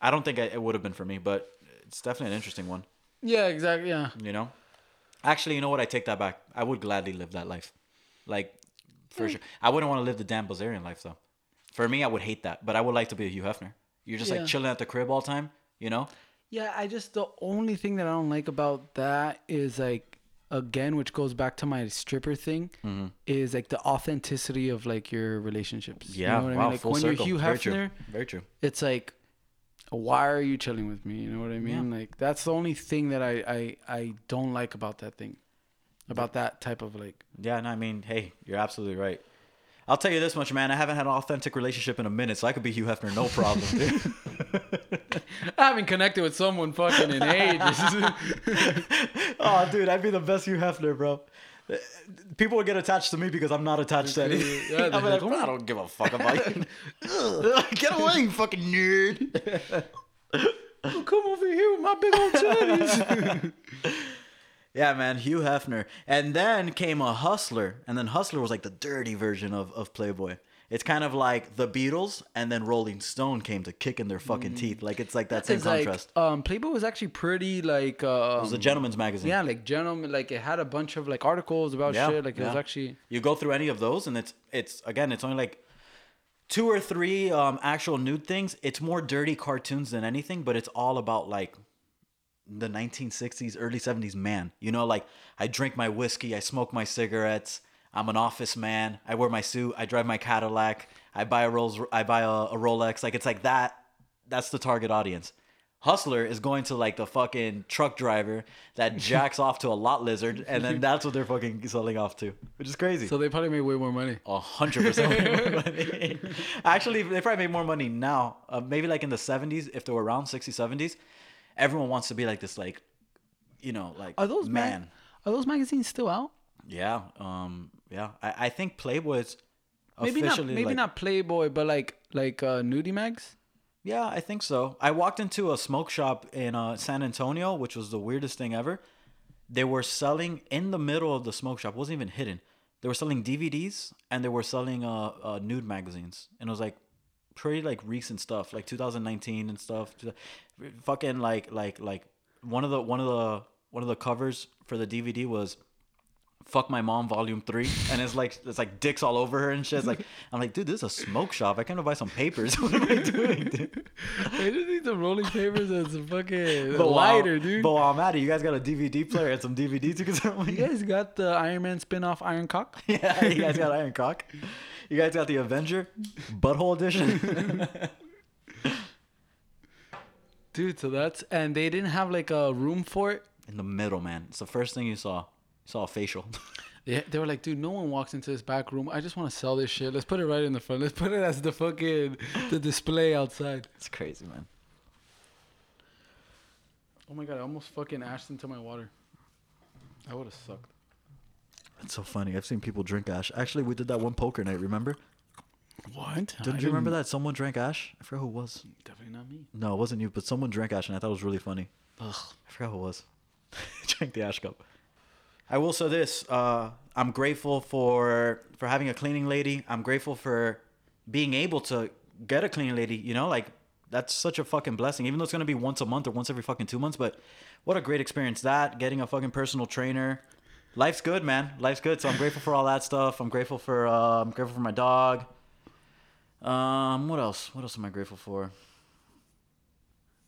I don't think I, it would have been for me, but it's definitely an interesting one.
yeah, exactly. Yeah.
You know? Actually, you know what? I take that back. I would gladly live that life. Like, for
Hmm.
sure. I wouldn't want to live the Dan Bilzerian life, though. For me, I would hate that, but I would like to be a Hugh Hefner. You're just
Yeah.
like chilling at the crib all time, you know?
Yeah, I just the only thing that I don't like about that is like again, which goes back to my stripper thing,
Mm-hmm.
is like the authenticity of like your relationships. You know what I mean? Like when you're Hugh
Very
Hefner,
true. Very true.
it's like why are you chilling with me you know what i mean like that's the only thing that I, I i don't like about that thing about that type of like
Yeah, and I mean, hey, you're absolutely right. I'll tell you this much, man. I haven't had an authentic relationship in a minute, so I could be Hugh Hefner, no problem. dude.
i haven't connected with someone fucking in ages
oh, dude, I'd be the best Hugh Hefner, bro. Uh, People would get attached to me because I'm not attached to any.
Yeah,
I'm
they're
like,
like,
"Bro, I don't give a fuck about you. Ugh, get away, you fucking nerd.
come over here with my big old titties
Yeah, man, Hugh Hefner. And then came a Hustler, and then Hustler was like the dirty version of, of Playboy. It's kind of like the Beatles, and then Rolling Stone came to kick in their fucking teeth. Like it's like Mm. that same
it's like
contrast.
um playboy was actually pretty like
it was
um,
a gentleman's magazine.
yeah like gentleman like it had a bunch of like articles about
Yeah,
shit like it was
yeah.
actually
you go through any of those and it's it's again it's only like two or three um actual nude things it's more dirty cartoons than anything but it's all about like the 1960s early 70s man you know like i drink my whiskey i smoke my cigarettes i'm an office man i wear my suit i drive my cadillac i buy a rolls i buy a, a rolex like it's like that that's the target audience hustler is going to like the fucking truck driver that jacks off to a lot lizard and then that's what they're fucking selling off to which is crazy
so they probably made way more money
a hundred percent way more money. Actually, they probably made more money now. Uh, maybe like in the seventies, if they were around 60s, 70s, everyone wants to be like this, like you know, like
are those man
man.
are those magazines still out
yeah, um, yeah. I, I think Playboy's
maybe not
officially
maybe
like-
not playboy but like like uh nudie mags
Yeah, I think so. I walked into a smoke shop in uh, San Antonio, which was the weirdest thing ever. They were selling in the middle of the smoke shop; wasn't even hidden. They were selling DVDs and they were selling uh, uh, nude magazines, and it was like pretty like recent stuff, like 2019 and stuff. Fucking like like like one of the one of the one of the covers for the DVD was Fuck My Mom Volume 3 and it's like it's like dicks all over her and shit. It's like I'm like, dude, this is a smoke shop. I came to buy some papers. what am I doing, dude?
They just need some rolling papers and some fucking
But while-
lighter, dude.
But while I'm at it, you guys got a DVD player and some DVDs you can sell me.
you guys got the Iron Man spin-off Iron Cock?
yeah, you guys got Iron Cock. You guys got the Avenger Butthole Edition.
Dude, so that's and they didn't have like a room for it.
in the middle, man. It's the first thing you saw. You saw a facial.
Yeah, they were like, dude, no one walks into this back room. I just want to sell this shit. Let's put it right in the front. Let's put it as the fucking the display outside.
it's crazy, man.
Oh my god, I almost fucking ashed into my water. I would have sucked.
It's so funny. I've seen people drink ash. Actually, we did that one poker night. Remember?
What?
Didn't you remember that someone drank ash? I forgot who it was.
Definitely not me.
No, it wasn't you, but someone drank ash, and I thought it was really funny.
Ugh.
I forgot who it was. Drank the ash cup. I will say this: uh, I'm grateful for for having a cleaning lady. I'm grateful for being able to get a cleaning lady. You know, like that's such a fucking blessing. Even though it's gonna be once a month or once every fucking two months, but what a great experience that getting a fucking personal trainer. Life's good, man. Life's good. So I'm grateful for all that stuff. I'm grateful for uh, I'm grateful for my dog. Um, what else? What else am I grateful for?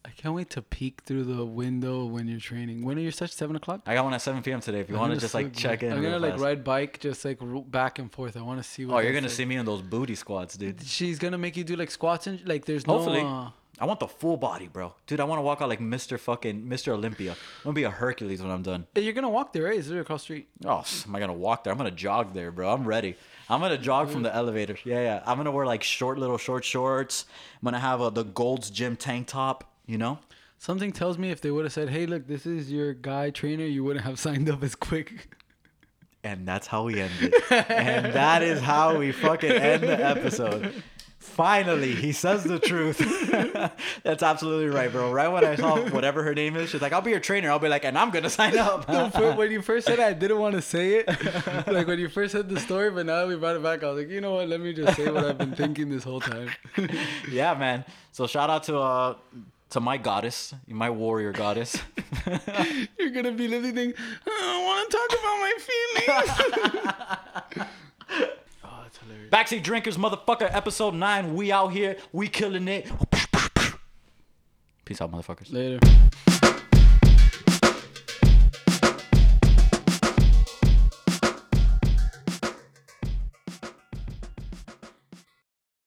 I can't wait to peek through the window when you're training. When are your sets? Seven o'clock.
I got one at 7 p.m. today. If you want to just like check in,
I'm
real
gonna like
fast.
ride bike, just like ro- back and forth. I want to see. What
Oh, you're
that's
gonna
like.
see me in those booty squats, dude.
She's gonna make you do like squats and like. There's no.
Hopefully,
uh,
I want the full body, bro. Dude, I want to walk out like Mr. fucking Mr. Olympia. I'm gonna be a Hercules when I'm done.
you're gonna walk there, right? It's literally across the street.
Oh, s- am I gonna walk there? I'm gonna jog there, bro. I'm ready. I'm gonna jog from the elevator. Yeah, yeah. I'm gonna wear like short little short shorts. I'm gonna have uh, the Gold's Gym tank top. You know?
Something tells me if they would have said, "Hey, look, this is your guy trainer," you wouldn't have signed up as quick.
And that's how we end it. and that is how we fucking end the episode. Finally, he says the truth. that's absolutely right, bro. Right when I saw whatever her name is, she's like, I'll be your trainer. I'll be like, and I'm going to sign up.
No, fir- when you first said it, I didn't want to say it. like when you first said the story, but now that we brought it back, I was like, you know what? Let me just say what I've been thinking this whole time.
yeah, man. So shout out to uh to my goddess, my warrior goddess.
You're gonna be living thing. I don't want to talk about my feelings. oh, that's hilarious.
Backseat drinkers, motherfucker. Episode nine. We out here. We killing it. Peace out, motherfuckers.
Later.